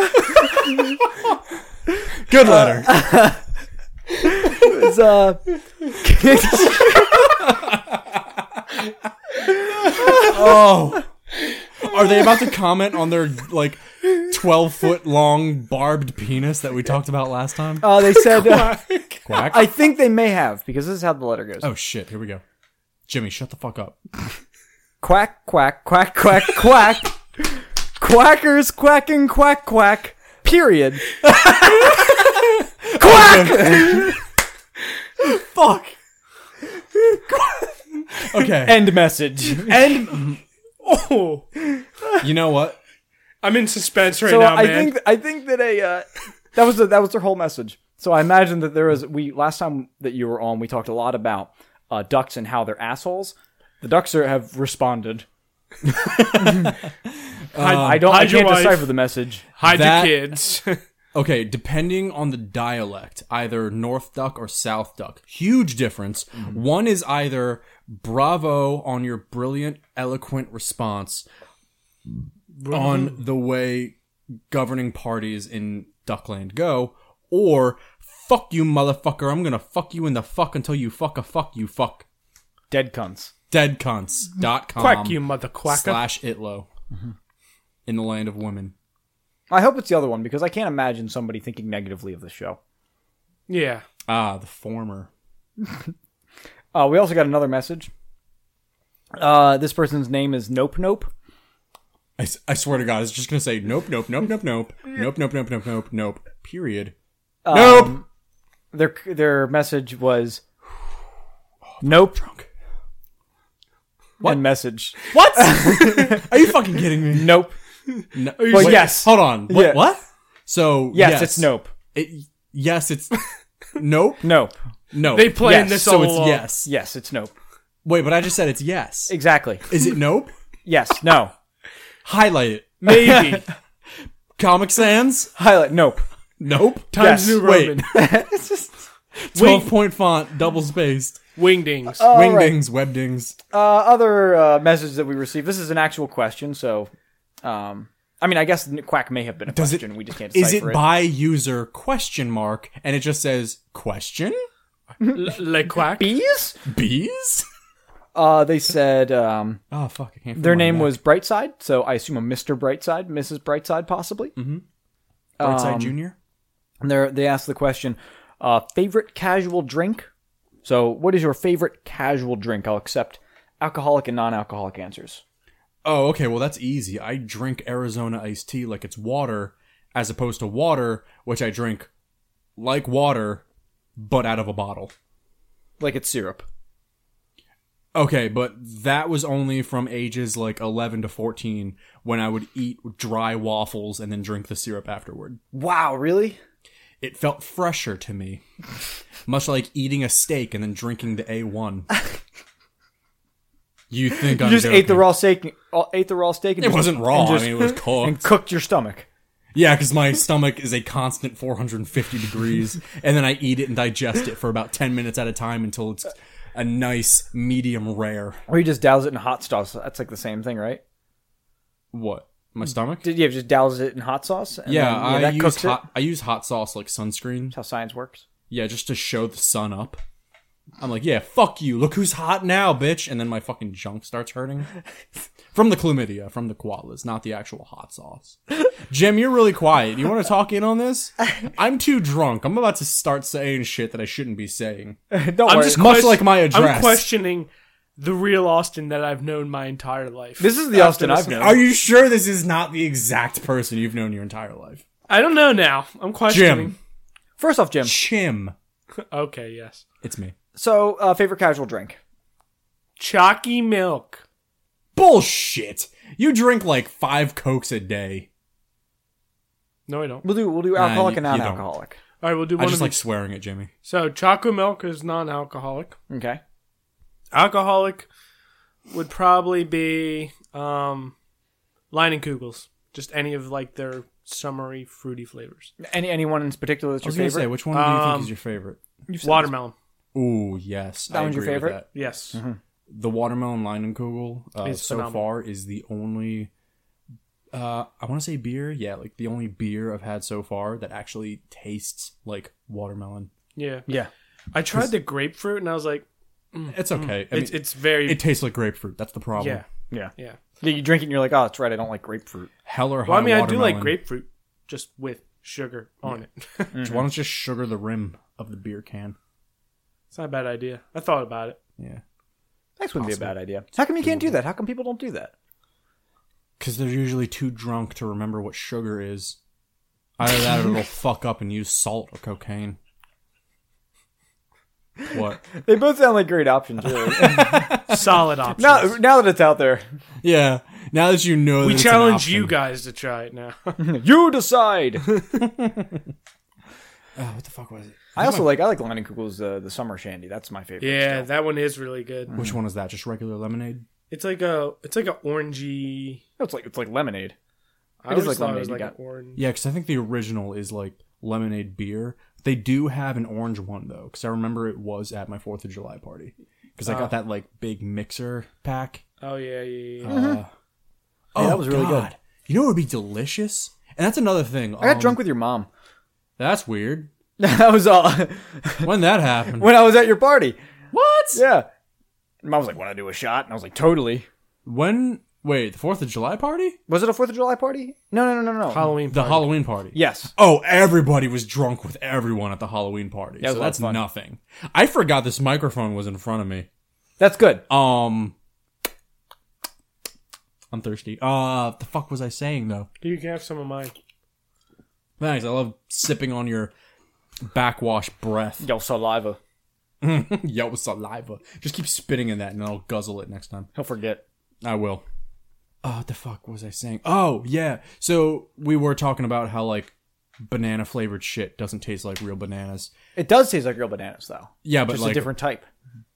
good letter. It's, uh, Oh. Are they about to comment on their like twelve foot long barbed penis that we talked about last time? uh, they said uh, Quack. I think they may have because this is how the letter goes. oh shit! Here we go. Jimmy, shut the fuck up. Quack, quack, quack, quack, quack. Quackers quacking, quack, quack. Period. quack! Fuck. okay. End message. Oh, you know what? I'm in suspense right so now, I man. think I think that a uh, that was the, that was their whole message. So I imagine that there was we last time that you were on, we talked a lot about uh, ducks and how they're assholes. The ducks are, have responded. I don't. I hide your can't wife. decipher the message. Hide that- your kids. Okay, depending on the dialect, either North Duck or South Duck, huge difference. Mm-hmm. One is either bravo on your brilliant, eloquent response on the way governing parties in Duckland go, or fuck you, motherfucker, I'm gonna fuck you in the fuck until you fuck a fuck you fuck. Dead cunts. Deadcunts.com Quack you, Mm-hmm. mother quacker. um, slash itlo in the land of women. I hope it's the other one because I can't imagine somebody thinking negatively of the show. Yeah. Ah, the former. Uh, we also got another message. Uh, this person's name is Nope Nope. I, s- I swear to God, it's just gonna say nope, nope, nope, nope, nope, nope, nope, nope, nope, nope, nope. Period. Um, nope. Their their message was Nope. Drunk. and message. What? Are you fucking kidding me? Nope. No. Well, yes. Hold on. What? Yeah. what? So Yes, it's nope. It, yes, it's nope. Nope. No. They playing this so all it's along. yes. Yes, it's nope. Wait, but I just said it's yes. Exactly. Is it nope? Yes, no. Highlight it. Maybe Comic Sans. Highlight nope. Nope. Yes. Times New Wait. Roman it's just Twelve Uh, point font, double spaced, wingdings. wingdings, webdings. uh, other uh, message that we received. This is an actual question, so um, I mean, I guess quack may have been a Does it- question. we just can't. Is it decipher by user question mark? And it just says question L- Le Quack. bees? bees. Uh, they said um, Oh fuck! I can't. their name was Brightside, so I assume a Mister Brightside, Mrs. Brightside, possibly. Mm-hmm. um, Brightside Junior. And they they asked the question, uh, favorite casual drink. So, what is your favorite casual drink? I'll accept alcoholic and non-alcoholic answers. Oh, okay. Well, that's easy. I drink Arizona iced tea like it's water, as opposed to water, which I drink like water, but out of a bottle. Like it's syrup. Okay, but that was only from ages like 11 to 14 when I would eat dry waffles and then drink the syrup afterward. Wow, really? It felt fresher to me. Much like eating a steak and then drinking the A1. You think You I'm just ate the joking. raw steak. uh, Ate the raw steak. And It just- wasn't raw. and just- I mean, it was and cooked. cooked your stomach. Yeah, because my stomach is a constant 450 degrees, and then I eat it and digest it for about 10 minutes at a time until it's a nice medium rare. Or you just douse it in hot sauce. That's like the same thing, right? What? My stomach? Did you just douse it in hot sauce? And yeah, then, I that use cooks it. hot. I use hot sauce like sunscreen. That's how science works. Yeah, just to show the sun up. I'm like, yeah, fuck you. Look who's hot now, bitch. And then my fucking junk starts hurting from the chlamydia, from the koalas, not the actual hot sauce. Jim, you're really quiet. You want to talk in on this? I'm too drunk. I'm about to start saying shit that I shouldn't be saying. Don't I'm worry. just Much quest- like my address. I'm questioning the real Austin that I've known my entire life. This is the After Austin this- I've known. Are you sure this is not the exact person you've known your entire life? I don't know now. I'm questioning. Jim, First off, Jim. Chim, Okay, yes. it's me. So, uh, favorite casual drink? Chalky milk. Bullshit. You drink like five cokes a day. No, I don't. We'll do we'll do alcoholic you- and you don't. non-alcoholic. All right, we'll do I one just of like each. swearing at Jimmy. So, chocolate milk is non-alcoholic. Okay. Alcoholic would probably be um, Line and Kugels. Just any of like their summery fruity flavors. Any anyone in particular that's I your was gonna favorite? Um, say, which one do you think is your favorite? Watermelon. Ooh, yes, That I one's your agree with favorite? that. Yes. The watermelon Leinenkugel uh, It's so phenomenal. far is the only. Uh, I want to say beer, yeah, like the only beer I've had so far that actually tastes like watermelon. Yeah. yeah. I tried the grapefruit and I was like, It's okay. I mean, Hmm. it's it's very it tastes like grapefruit. That's the problem. yeah Yeah. yeah. Yeah, You drink it and you're like, oh, that's right. I don't like grapefruit. Hell or high Well, I mean, I do like watermelon. grapefruit, just with sugar on it. Why don't you just sugar the rim of the beer can? It's not a bad idea. I thought about it. Yeah, That wouldn't be a bad idea. How come you can't do that? How come people don't do that? because they're usually too drunk to remember what sugar is. Either that, or they'll fuck up and use salt or cocaine. What? They both sound like great options. Really. Solid option. now, now that it's out there, Yeah. Now that you know, that we it's an challenge option. you guys to try it now. you decide. Oh, what the fuck was it? I also like I like Lemon Kugel's uh, the summer shandy. That's my favorite. yeah, that one is really good. Which one is that? Just regular lemonade? It's like a it's like a orangey. No, it's like it's like lemonade. I It is always like thought it was like lemonade, you an orange. Yeah, because I think the original is like lemonade beer. They do have an orange one though, because I remember it was at my Fourth of July party. Because I got that like big mixer pack. Oh yeah, yeah, yeah. Uh, oh, Yeah, that was really good. God. You know what would be delicious? And that's another thing. Um, I got drunk with your mom. That's weird. that was all When that happened? when I was at your party. what? Yeah. And Mom was like, "Want to do a shot?" And I was like, "Totally." When? Wait, the Fourth of July party? Was it a Fourth of July party? No, no, no, no, no. Halloween. The party. Halloween party? yes. Oh, everybody was drunk with everyone at the Halloween party. Yeah, it was so a lot of that's fun. nothing. I forgot this microphone was in front of me. That's good. Um I'm thirsty. Uh the fuck was I saying though? You can have some of mine. Thanks. I love sipping on your backwash breath. Yo, saliva. Yo, with saliva. Just keep spitting in that, and I'll guzzle it next time. He'll forget. I will. Oh, what the fuck was I saying? Oh, yeah. So we were talking about how like banana flavored shit doesn't taste like real bananas. It does taste like real bananas though. Yeah, but Just like a different type.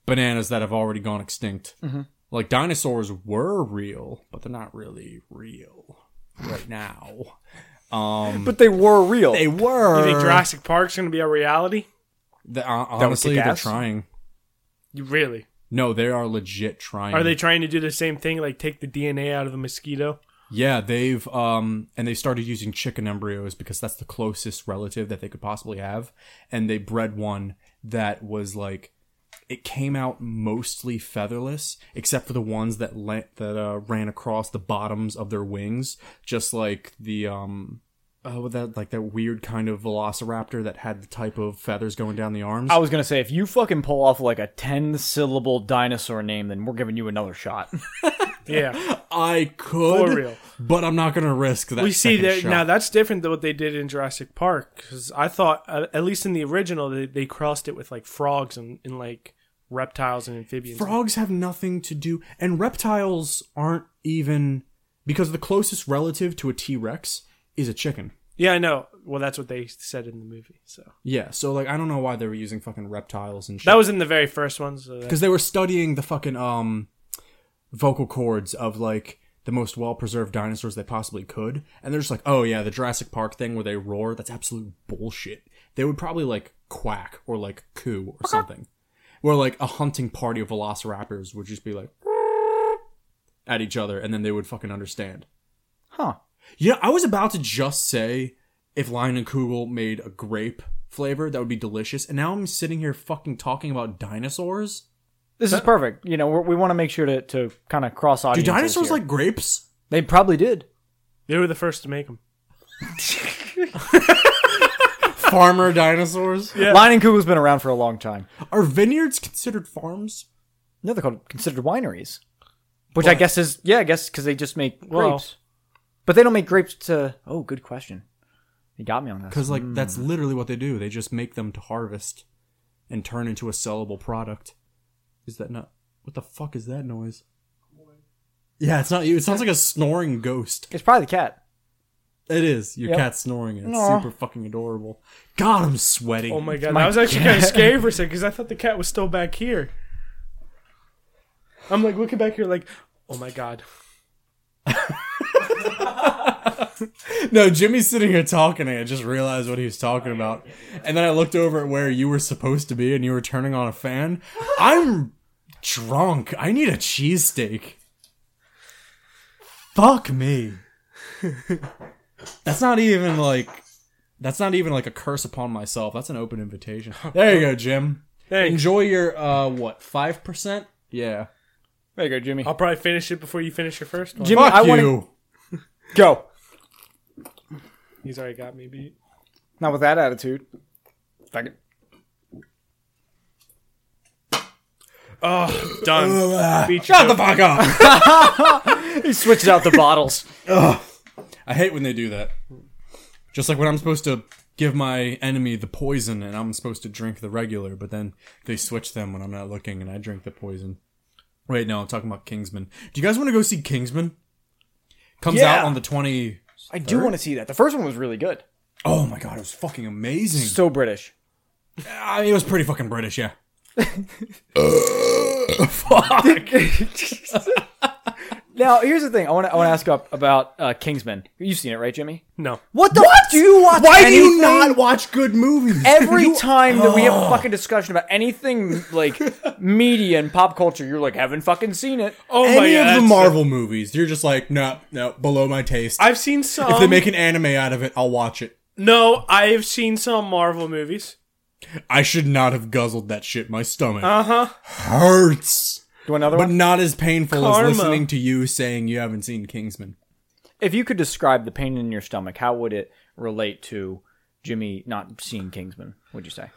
bananas that have already gone extinct. Mm-hmm. Like dinosaurs were real, but they're not really real right now. Um, But they were real. They were. You think Jurassic Park's going to be a reality? They- hon- uh, honestly, kick they're ass? trying. You really? No, they are legit trying. Are they trying to do the same thing, like take the DNA out of a mosquito? Yeah, they've um and they started using chicken embryos because that's the closest relative that they could possibly have and they bred one that was like it came out mostly featherless except for the ones that la- that uh, ran across the bottoms of their wings just like the um oh that like that weird kind of velociraptor that had the type of feathers going down the arms. I Oh. was gonna say if you fucking pull off like a ten syllable dinosaur name, then we're giving you another shot. Yeah, I could For real. but I'm not going to risk that. we see second that shot. now. That's different than what they did in Jurassic Park. Because I thought, uh, at least in the original, they, they crossed it with like frogs and, and like reptiles and amphibians. Frogs have nothing to do, and reptiles aren't even because the closest relative to a T Rex is a chicken. Yeah, I know. Well, that's what they said in the movie. So Yeah, so like I don't know why they were using fucking reptiles and that shit was in the very first one. So that, because they were studying the fucking um vocal cords of like the most well preserved dinosaurs they possibly could, and they're just like, oh yeah, the Jurassic Park thing where they roar, that's absolute bullshit. They would probably like quack or like coo or something, where like a hunting party of velociraptors would just be like at each other, and then they would fucking understand. huh. Yeah, I was about to just say if Lion and Kugel made a grape flavor, that would be delicious. And now I'm sitting here fucking talking about dinosaurs. This is perfect. You know, we're, we want to make sure to, to kind of cross Do audiences. dinosaurs here. like grapes? they probably did? they were the first to make them. Farmer dinosaurs? Yeah. Lion and Kugel's been around for a long time. Are vineyards considered farms? No, they're called considered wineries, which I guess is yeah, I guess because they just make grapes, Well- but they don't make grapes to. Oh, good question. You got me on this. Because like that's Hmm. literally what they do. They just make them to harvest and turn into a sellable product. Is that not what the fuck is that noise? Yeah, it's not you. It sounds like a snoring ghost. It's probably the cat. It is. Your Yep. cat's snoring and it's Aw. super fucking adorable. God, I'm sweating. Oh my god, I was actually kind of scared for a second because I thought the cat was still back here. I'm like looking back here, like, oh my god. No, Jimmy's sitting here talking, and I just realized what he was talking about. And then I looked over at where you were supposed to be, and you were turning on a fan. I'm drunk. I need a cheesesteak. Fuck me. That's not even like. That's not even like a curse upon myself. That's an open invitation. There you go, Jim. Thanks. Enjoy your uh what five percent? Yeah. There you go, Jimmy. I'll probably finish it before you finish your first one. Jimmy, Fuck I want you. to go. He's already got me beat. Not with that attitude. Fuck it. Oh, done. Beat you. Shut the fuck up. He switches out the bottles. I hate when they do that. Just like when I'm supposed to give my enemy the poison and I'm supposed to drink the regular, but then they switch them when I'm not looking and I drink the poison. Wait, no, I'm talking about Kingsman. Do you guys want to go see Kingsman? Comes Yeah. out on the 20. I do want to see that. The first one was really good. Oh my god, it was fucking amazing. So British. I mean, it was pretty fucking British, yeah. Now here's the thing. I want to I want to ask up about uh, Kingsman. You've seen it, right, Jimmy? No. What the fuck do you watch? Why do you anything? not watch good movies? Every time that we have a fucking discussion about anything like media and pop culture, you're like, haven't fucking seen it. Oh Any my god. of the Marvel movies, you're just like, no, no, below my taste. I've seen some. if they make an anime out of it, I'll watch it. no, I've seen some Marvel movies. I should not have guzzled that shit. My stomach uh-huh. hurts, Do another but one. not as painful Karma. as listening to you saying you haven't seen Kingsman. If you could describe the pain in your stomach, how would it relate to Jimmy not seeing Kingsman? Would you say?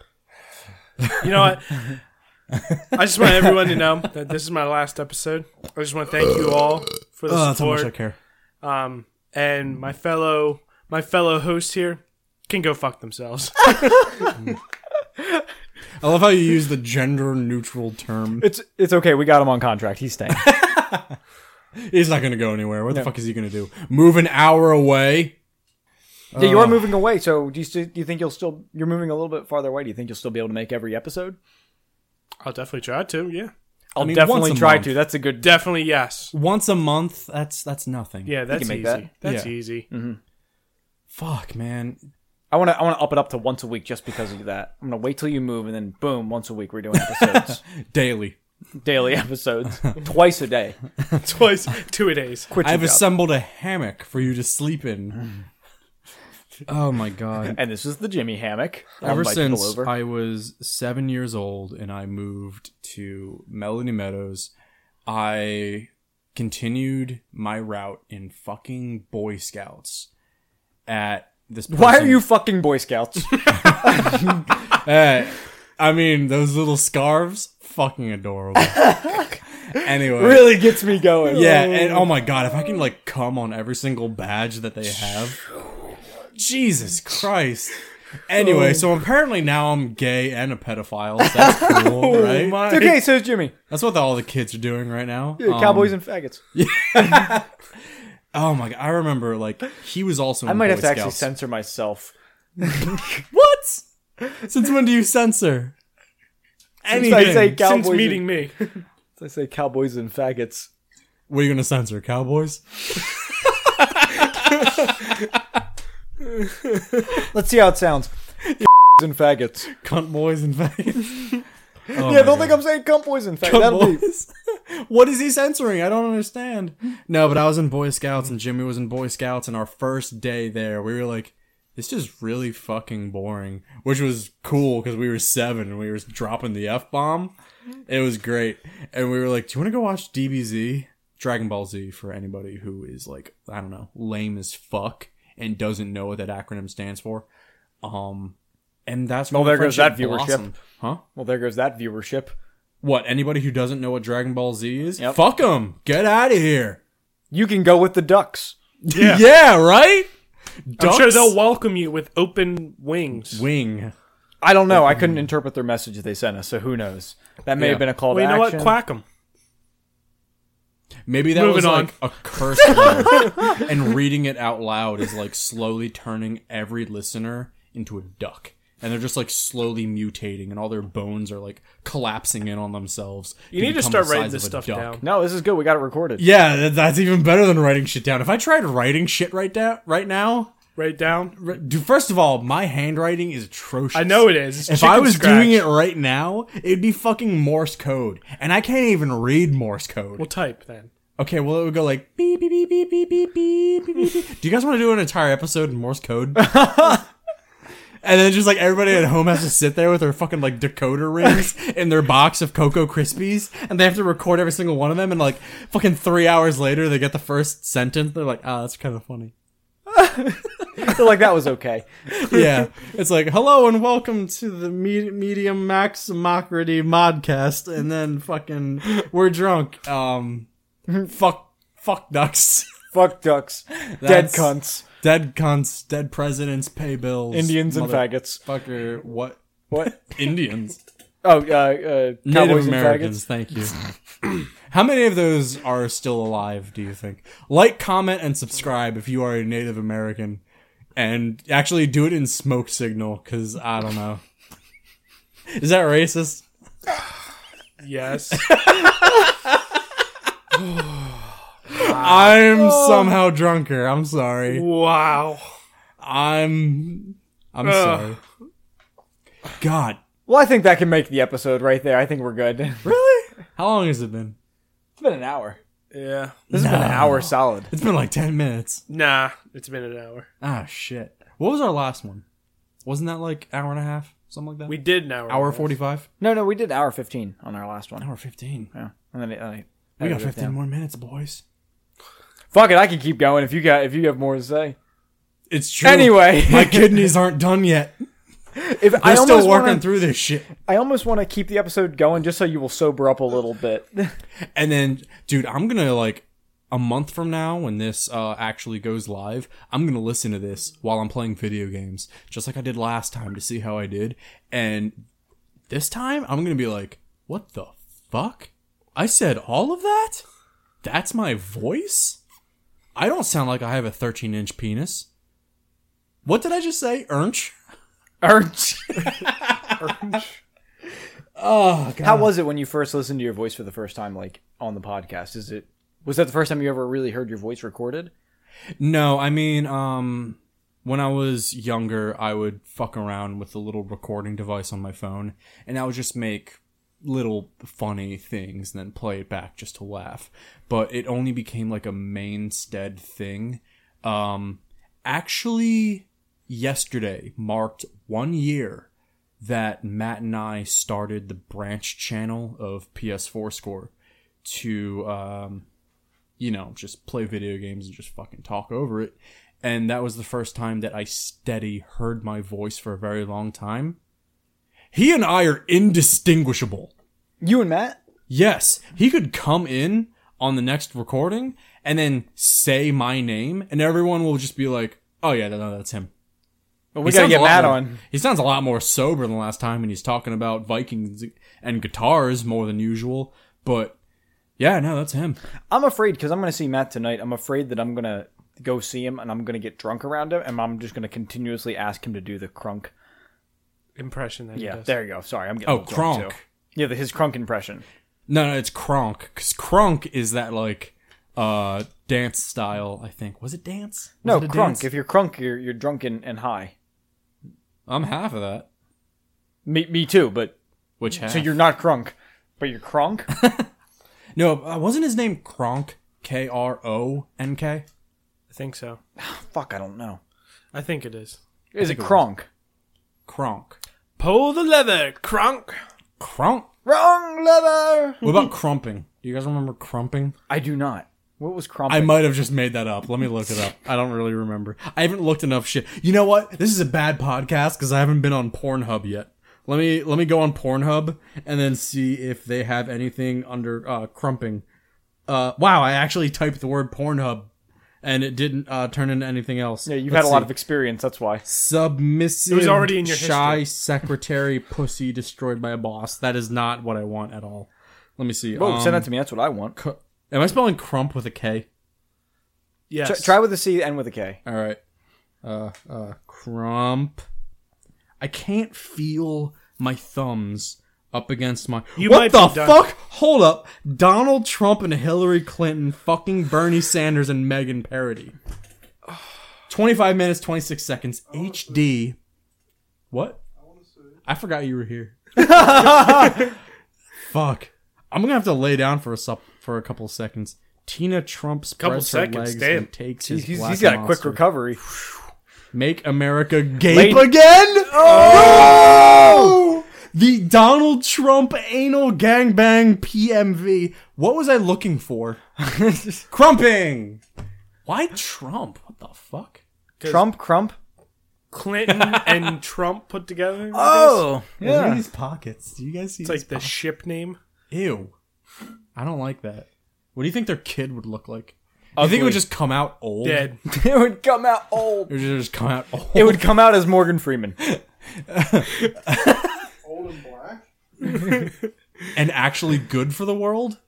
You know what? I just want everyone to know that this is my last episode. I just want to thank you all for the Oh, that's how support. much I care. um, and my fellow my fellow hosts here can go fuck themselves. I love how you use the gender neutral term. It's it's okay. We got him on contract. He's staying. He's not going to go anywhere. What the fuck is he going to do? Move an hour away? yeah, you are moving away. So do you st- do you think you'll still you're moving a little bit farther away? Do you think you'll still be able to make every episode? I'll definitely try to. Yeah, I'll mean, definitely once a try month. to. That's a good. definitely yes. Once a month? That's that's nothing. Yeah, that's can make easy. that. Mm-hmm. That's Yeah. easy. Fuck, man. I want to I want to up it up to once a week just because of that. I'm gonna wait till you move and then boom, once a week we're doing episodes, Daily. daily episodes, twice a day. Twice, two a days. Quit your I've job. assembled a hammock for you to sleep in. Mm. oh my god. and this is the Jimmy hammock. I'll Ever invite people since over. I was seven years old and I moved to Melody Meadows, I continued my route in fucking Boy Scouts at this why are person- you fucking Boy Scouts? Hey, I mean, those little scarves, fucking adorable. anyway. really gets me going. Yeah, and oh my god, if I can like come on every single badge that they have. Jesus Christ. Oh Anyway, so apparently now I'm gay and a pedophile. So that's cool, right? It's okay. So is Jimmy. That's what the, all the kids are doing right now. Yeah, Um, Cowboys and faggots. oh my god, I remember like he was also. I in might Boy have to actually Scouts. censor myself. What? Since when do you censor? Since I Anything. say Cowboys, Since meeting and, me, since I say Cowboys and faggots. What are you gonna censor? Cowboys? Let's see how it sounds. and faggots. Cunt boys and faggots? Oh yeah, don't think I'm saying cunt boys and faggots. That'll be Boys? what is he censoring? I don't understand. No, but I was in Boy Scouts and Jimmy was in Boy Scouts, and our first day there, we were like, "This is really fucking boring," which was cool because we were seven and we were dropping the f bomb. It was great, and we were like, "Do you want to go watch DBZ, Dragon Ball Z?" For anybody who is like, I don't know, lame as fuck and doesn't know what that acronym stands for, um, and that's well, there goes that viewership. huh? well. There goes that viewership. What, anybody who doesn't know what Dragon Ball Z is? Yep. Fuck them. Get out of here. You can go with the ducks. Yeah, right? I'm Ducks? sure they'll welcome you with open wings. wing. I don't know. I couldn't interpret their message that they sent us, so who knows? That may Yeah. have been a call well, you to know action. what? Quack them. Maybe that Moving was on. like a curse word, and reading it out loud is like slowly turning every listener into a duck. And they're just like slowly mutating, and all their bones are like collapsing in on themselves. You need to become start the size writing this of a stuff duck. down. No, this is good. We got it recorded. Yeah, that, that's even better than writing shit down. If I tried writing shit right down, right now, Write down. r- dude, first of all, my handwriting is atrocious. I know it is. It's If I chicken was scratch. doing it right now, it'd be fucking Morse code, and I can't even read Morse code. we'll type then. okay, well it would go like beep beep beep beep beep beep beep beep. beep, beep. Do you guys want to do an entire episode in Morse code? and then just like everybody at home has to sit there with their fucking like decoder rings in their box of Cocoa Krispies, and they have to record every single one of them. And like fucking three hours later, they get the first sentence. They're like, "Ah, that's kind of funny." I feel like that was okay. yeah. It's like, hello and welcome to the me- Medium Max Mocrity modcast. And then fucking, we're drunk. Um, fuck, fuck ducks. Fuck ducks. Dead That's- cunts. Dead cunts, dead presidents, pay bills. Indians and mother- faggots. Fucker, what? What? Indians. Oh, uh, uh, Native Cowboys Americans, thank you. How many of those are still alive, do you think? Like, comment, and subscribe if you are a Native American. And actually do it in smoke signal, because I don't know. Is that racist? Yes. I'm Oh. somehow drunker. I'm sorry. wow. I'm I'm sorry. God. Well, I think that can make the episode right there. I think we're good. it's Really? How long has it been? been an hour. Yeah. This has been an hour solid. It's been like 10 minutes. Nah, it's been an hour. Ah, shit. What was our last one? Wasn't that like hour and a half? Something like that? We did an hour. hour 45? No, no, we did hour 15 on our last one. Hour 15. Yeah. And then it, I- We got I- 15 more minutes, boys. Fuck it, I can keep going if you got if you have more to say. It's true. Anyway. My kidneys aren't done yet. If I They're still almost working wanna, through this shit. I almost want to keep the episode going just so you will sober up a little bit. And then, dude, I'm gonna like a month from now when this uh, actually goes live, I'm gonna listen to this while I'm playing video games, just like I did last time to see how I did. And This time, I'm gonna be like, what the fuck? I said all of that? That's my voice? I don't sound like I have a 13 inch penis. What did I just say? Ernch? Ernst. Oh, God. How was it when you first listened to your voice for the first time, like on the podcast? Is it was that the first time you ever really heard your voice recorded? No, I mean, um, when I was younger, I would fuck around with the little recording device on my phone, and I would just make little funny things and then play it back just to laugh. But it only became like a mainstead thing. Um, actually, yesterday marked one year that Matt and I started the branch channel of PS4 Score to um, you know, just play video games and just fucking talk over it. And that was the first time that I steady heard my voice for a very long time. He and I are indistinguishable. You and Matt? Yes, he could come in on the next recording and then say my name, and everyone will just be like, oh, yeah, no, no, that's him. Well, He we gotta sounds a get lot Matt more- on. He sounds a lot more sober than last time, and he's talking about Vikings and guitars more than usual. But yeah, no, that's him. I'm afraid because I'm gonna see Matt tonight. I'm afraid that I'm gonna go see him and I'm gonna get drunk around him and I'm just gonna continuously ask him to do the crunk. Impression that Yeah, he does. there you go. Sorry, I'm getting a Oh, little drunk, Kronk. too. Yeah, the, his crunk impression. No, no, it's Kronk. Because Kronk is that, like, uh, dance style, I think. Was it dance? Was No, it a crunk. dance? If you're crunk, you're you're drunk and, and high. I'm half of that. Me me too, but Which half? so you're not crunk, but you're crunk. No, uh, wasn't his name Kronk? K R O N K? I think so. Fuck, I don't know. I think it is. Is it crunk? Kronk. Pull the lever, crunk. Kronk? Wrong leather. What about crumping? Do you guys remember crumping? I do not. What was crumping? I might have just made that up. Let me look it up. I don't really remember. I haven't looked enough shit. You know what? This is a bad podcast because I haven't been on Pornhub yet. Let me let me go on Pornhub and then see if they have anything under uh, crumping. Uh, wow, I actually typed the word Pornhub and it didn't uh, turn into anything else. Yeah, you've had a lot of experience. That's why. submissive. It was already in your shy history. secretary pussy destroyed by a boss. That is not what I want at all. Let me see. Whoa, Um, Oh, send that to me. That's what I want. cu- am I spelling crump with a K? Yes. Try, try with a C and with a K. All right. Uh, uh, crump. I can't feel my thumbs up against my. You what might the be done. fuck? Hold up. Donald Trump and Hillary Clinton fucking Bernie Sanders and Megan parody. 25 minutes, 26 seconds. HD. What? I forgot you were here. fuck. I'm gonna have to lay down for a sup- for a couple seconds. Tina Trump spreads Couple her seconds, legs damn. and takes his He's, he's- black he's got a quick monster. recovery. Make America gape Lady- again? No! The Donald Trump anal gangbang PMV. What was I looking for? Crumping! Why Trump? What the fuck? Trump, crump. Clinton and Trump put together. Oh! Yeah. Look at these pockets. Do you guys see It's like the ship name. Ew. I don't like that. What do you think their kid would look like? I think it would just come out old. Dead. it would come out old. It would just come out old. It would come out as Morgan Freeman. Old and black? and actually good for the world?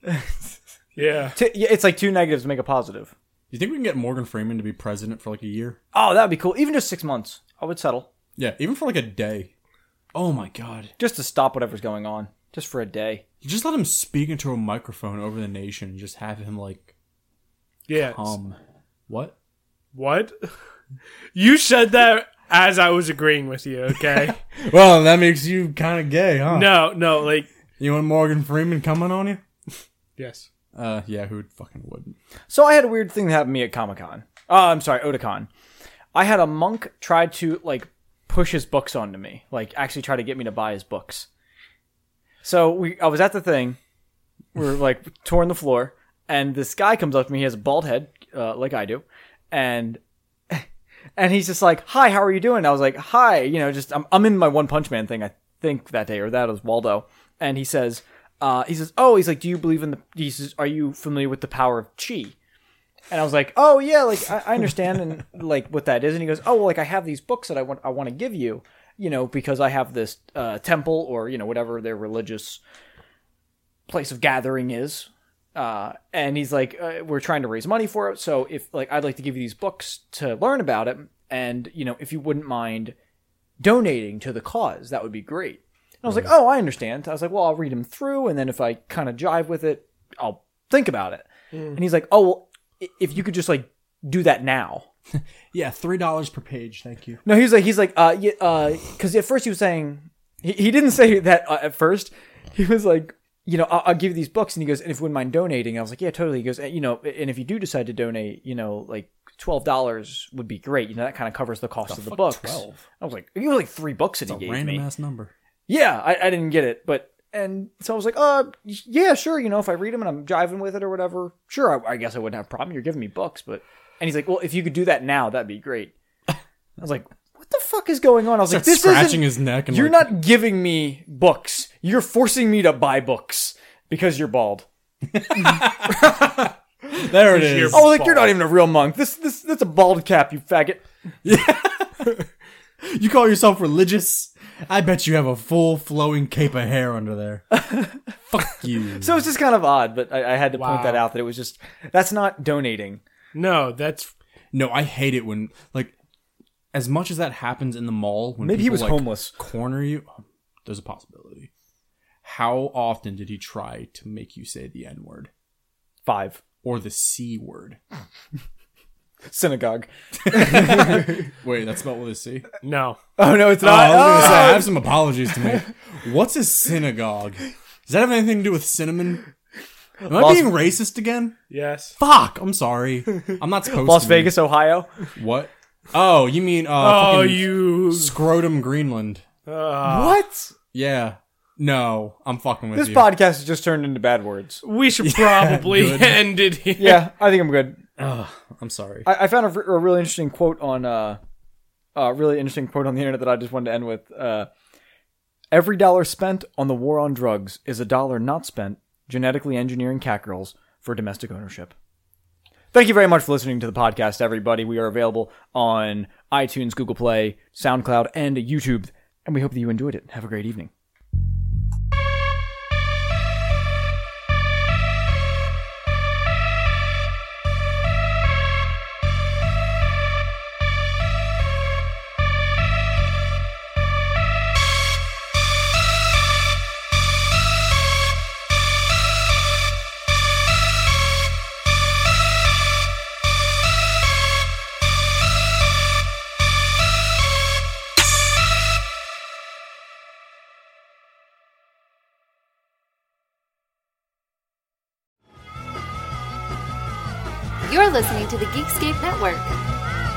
Yeah. T- yeah, it's like two negatives make a positive. You think we can get Morgan Freeman to be president for like a year? Oh, that'd be cool. Even just six months, I would settle Yeah, even for like a day. Oh my god. just to stop whatever's going on, just for a day. You just let him speak into a microphone over the nation and just have him like Yeah. um what? What? You said that as I was agreeing with you, okay? Well, that makes you kind of gay, huh? no, no, like You want Morgan Freeman coming on you? yes. Uh yeah, who fucking wouldn't? So I had a weird thing that happened to me at Comic Con. Oh, I'm sorry, Otakon. I had a monk try to like push his books onto me, like actually try to get me to buy his books. So we, I was at the thing, we're like touring the floor, and this guy comes up to me. He has a bald head, uh, like I do, and and he's just like, "Hi, how are you doing?" I was like, "Hi," you know, just I'm I'm in my One Punch Man thing, I think that day or that was Waldo, and he says, uh, he says, "Oh, he's like, do you believe in the?" He says, "Are you familiar with the power of chi?" And I was like, "Oh yeah, like I, I understand and like what that is." And he goes, "Oh, well, like I have these books that I want I want to give you." you know, because I have this uh, temple or you know whatever their religious place of gathering is. Uh, and he's like, uh, we're trying to raise money for it. So if like, I'd like to give you these books to learn about it, and you know, if you wouldn't mind donating to the cause, that would be great. And I was like, oh, I understand. I was like, well, I'll read them through, and then if I kind of jive with it, I'll think about it. And he's like, oh, well, i- if you could just like do that now. Yeah, three dollars per page. Thank you. No, he's like, he's like, uh, yeah, uh, because at first he was saying, he, he didn't say that uh, at first. He was like, you know, I'll, I'll give you these books, and he goes, and if you wouldn't mind donating, I was like, yeah, totally. He goes, "And, you know, and if you do decide to donate, you know, like twelve dollars would be great. You know, that kind of covers the cost of the fuck books. 12? I was like, you were like three books that he gave Random me. ass number. Yeah, I, I didn't get it, but and so I was like, uh, yeah, sure. You know, if I read them and I'm jiving with it or whatever, sure. I, I guess I wouldn't have a problem. You're giving me books, but and he's like, well, if you could do that now, that'd be great. I was like, what the fuck is going on? I was like, Starts this scratching isn't. his neck and you're like, not giving me books. You're forcing me to buy books because you're bald. there it Is your- is. Oh, like you're not even a real monk. This this that's a bald cap, you faggot. You call yourself religious? I bet you have a full flowing cape of hair under there. Fuck you. So it's just kind of odd, but I, I had to Wow. point that out that it was just that's not donating. No, that's No, I hate it when like as much as that happens in the mall when Maybe he people, was like, homeless. Corner you Um, there's a possibility. How often did he try to make you say the N word? Five Or the C word? synagogue. Wait, that's spelled with a C? no. Oh no, it's Oh, not. I was gonna Oh! say, I have some apologies to make. What's a synagogue? Does that have anything to do with cinnamon? Am I Las- being racist again? Yes. Fuck! I'm sorry. I'm not supposed Las to. be. Vegas, Ohio. What? Oh, you mean uh, Oh, fucking you. scrotum Greenland? Uh, what? Yeah. No, I'm fucking with This you. podcast has just turned into bad words. we should probably good. end it here. Yeah, I think I'm good. I'm sorry. I, I found a, r- a really interesting quote on uh, a really interesting quote on the internet that I just wanted to end with. Uh, Every dollar spent on the war on drugs is a dollar not spent genetically engineering catgirls for domestic ownership. Thank you very much for listening to the podcast, everybody. We are available on iTunes, Google Play, SoundCloud, and YouTube, and we hope that you enjoyed it. Have a great evening. You're listening to the Geekscape Network.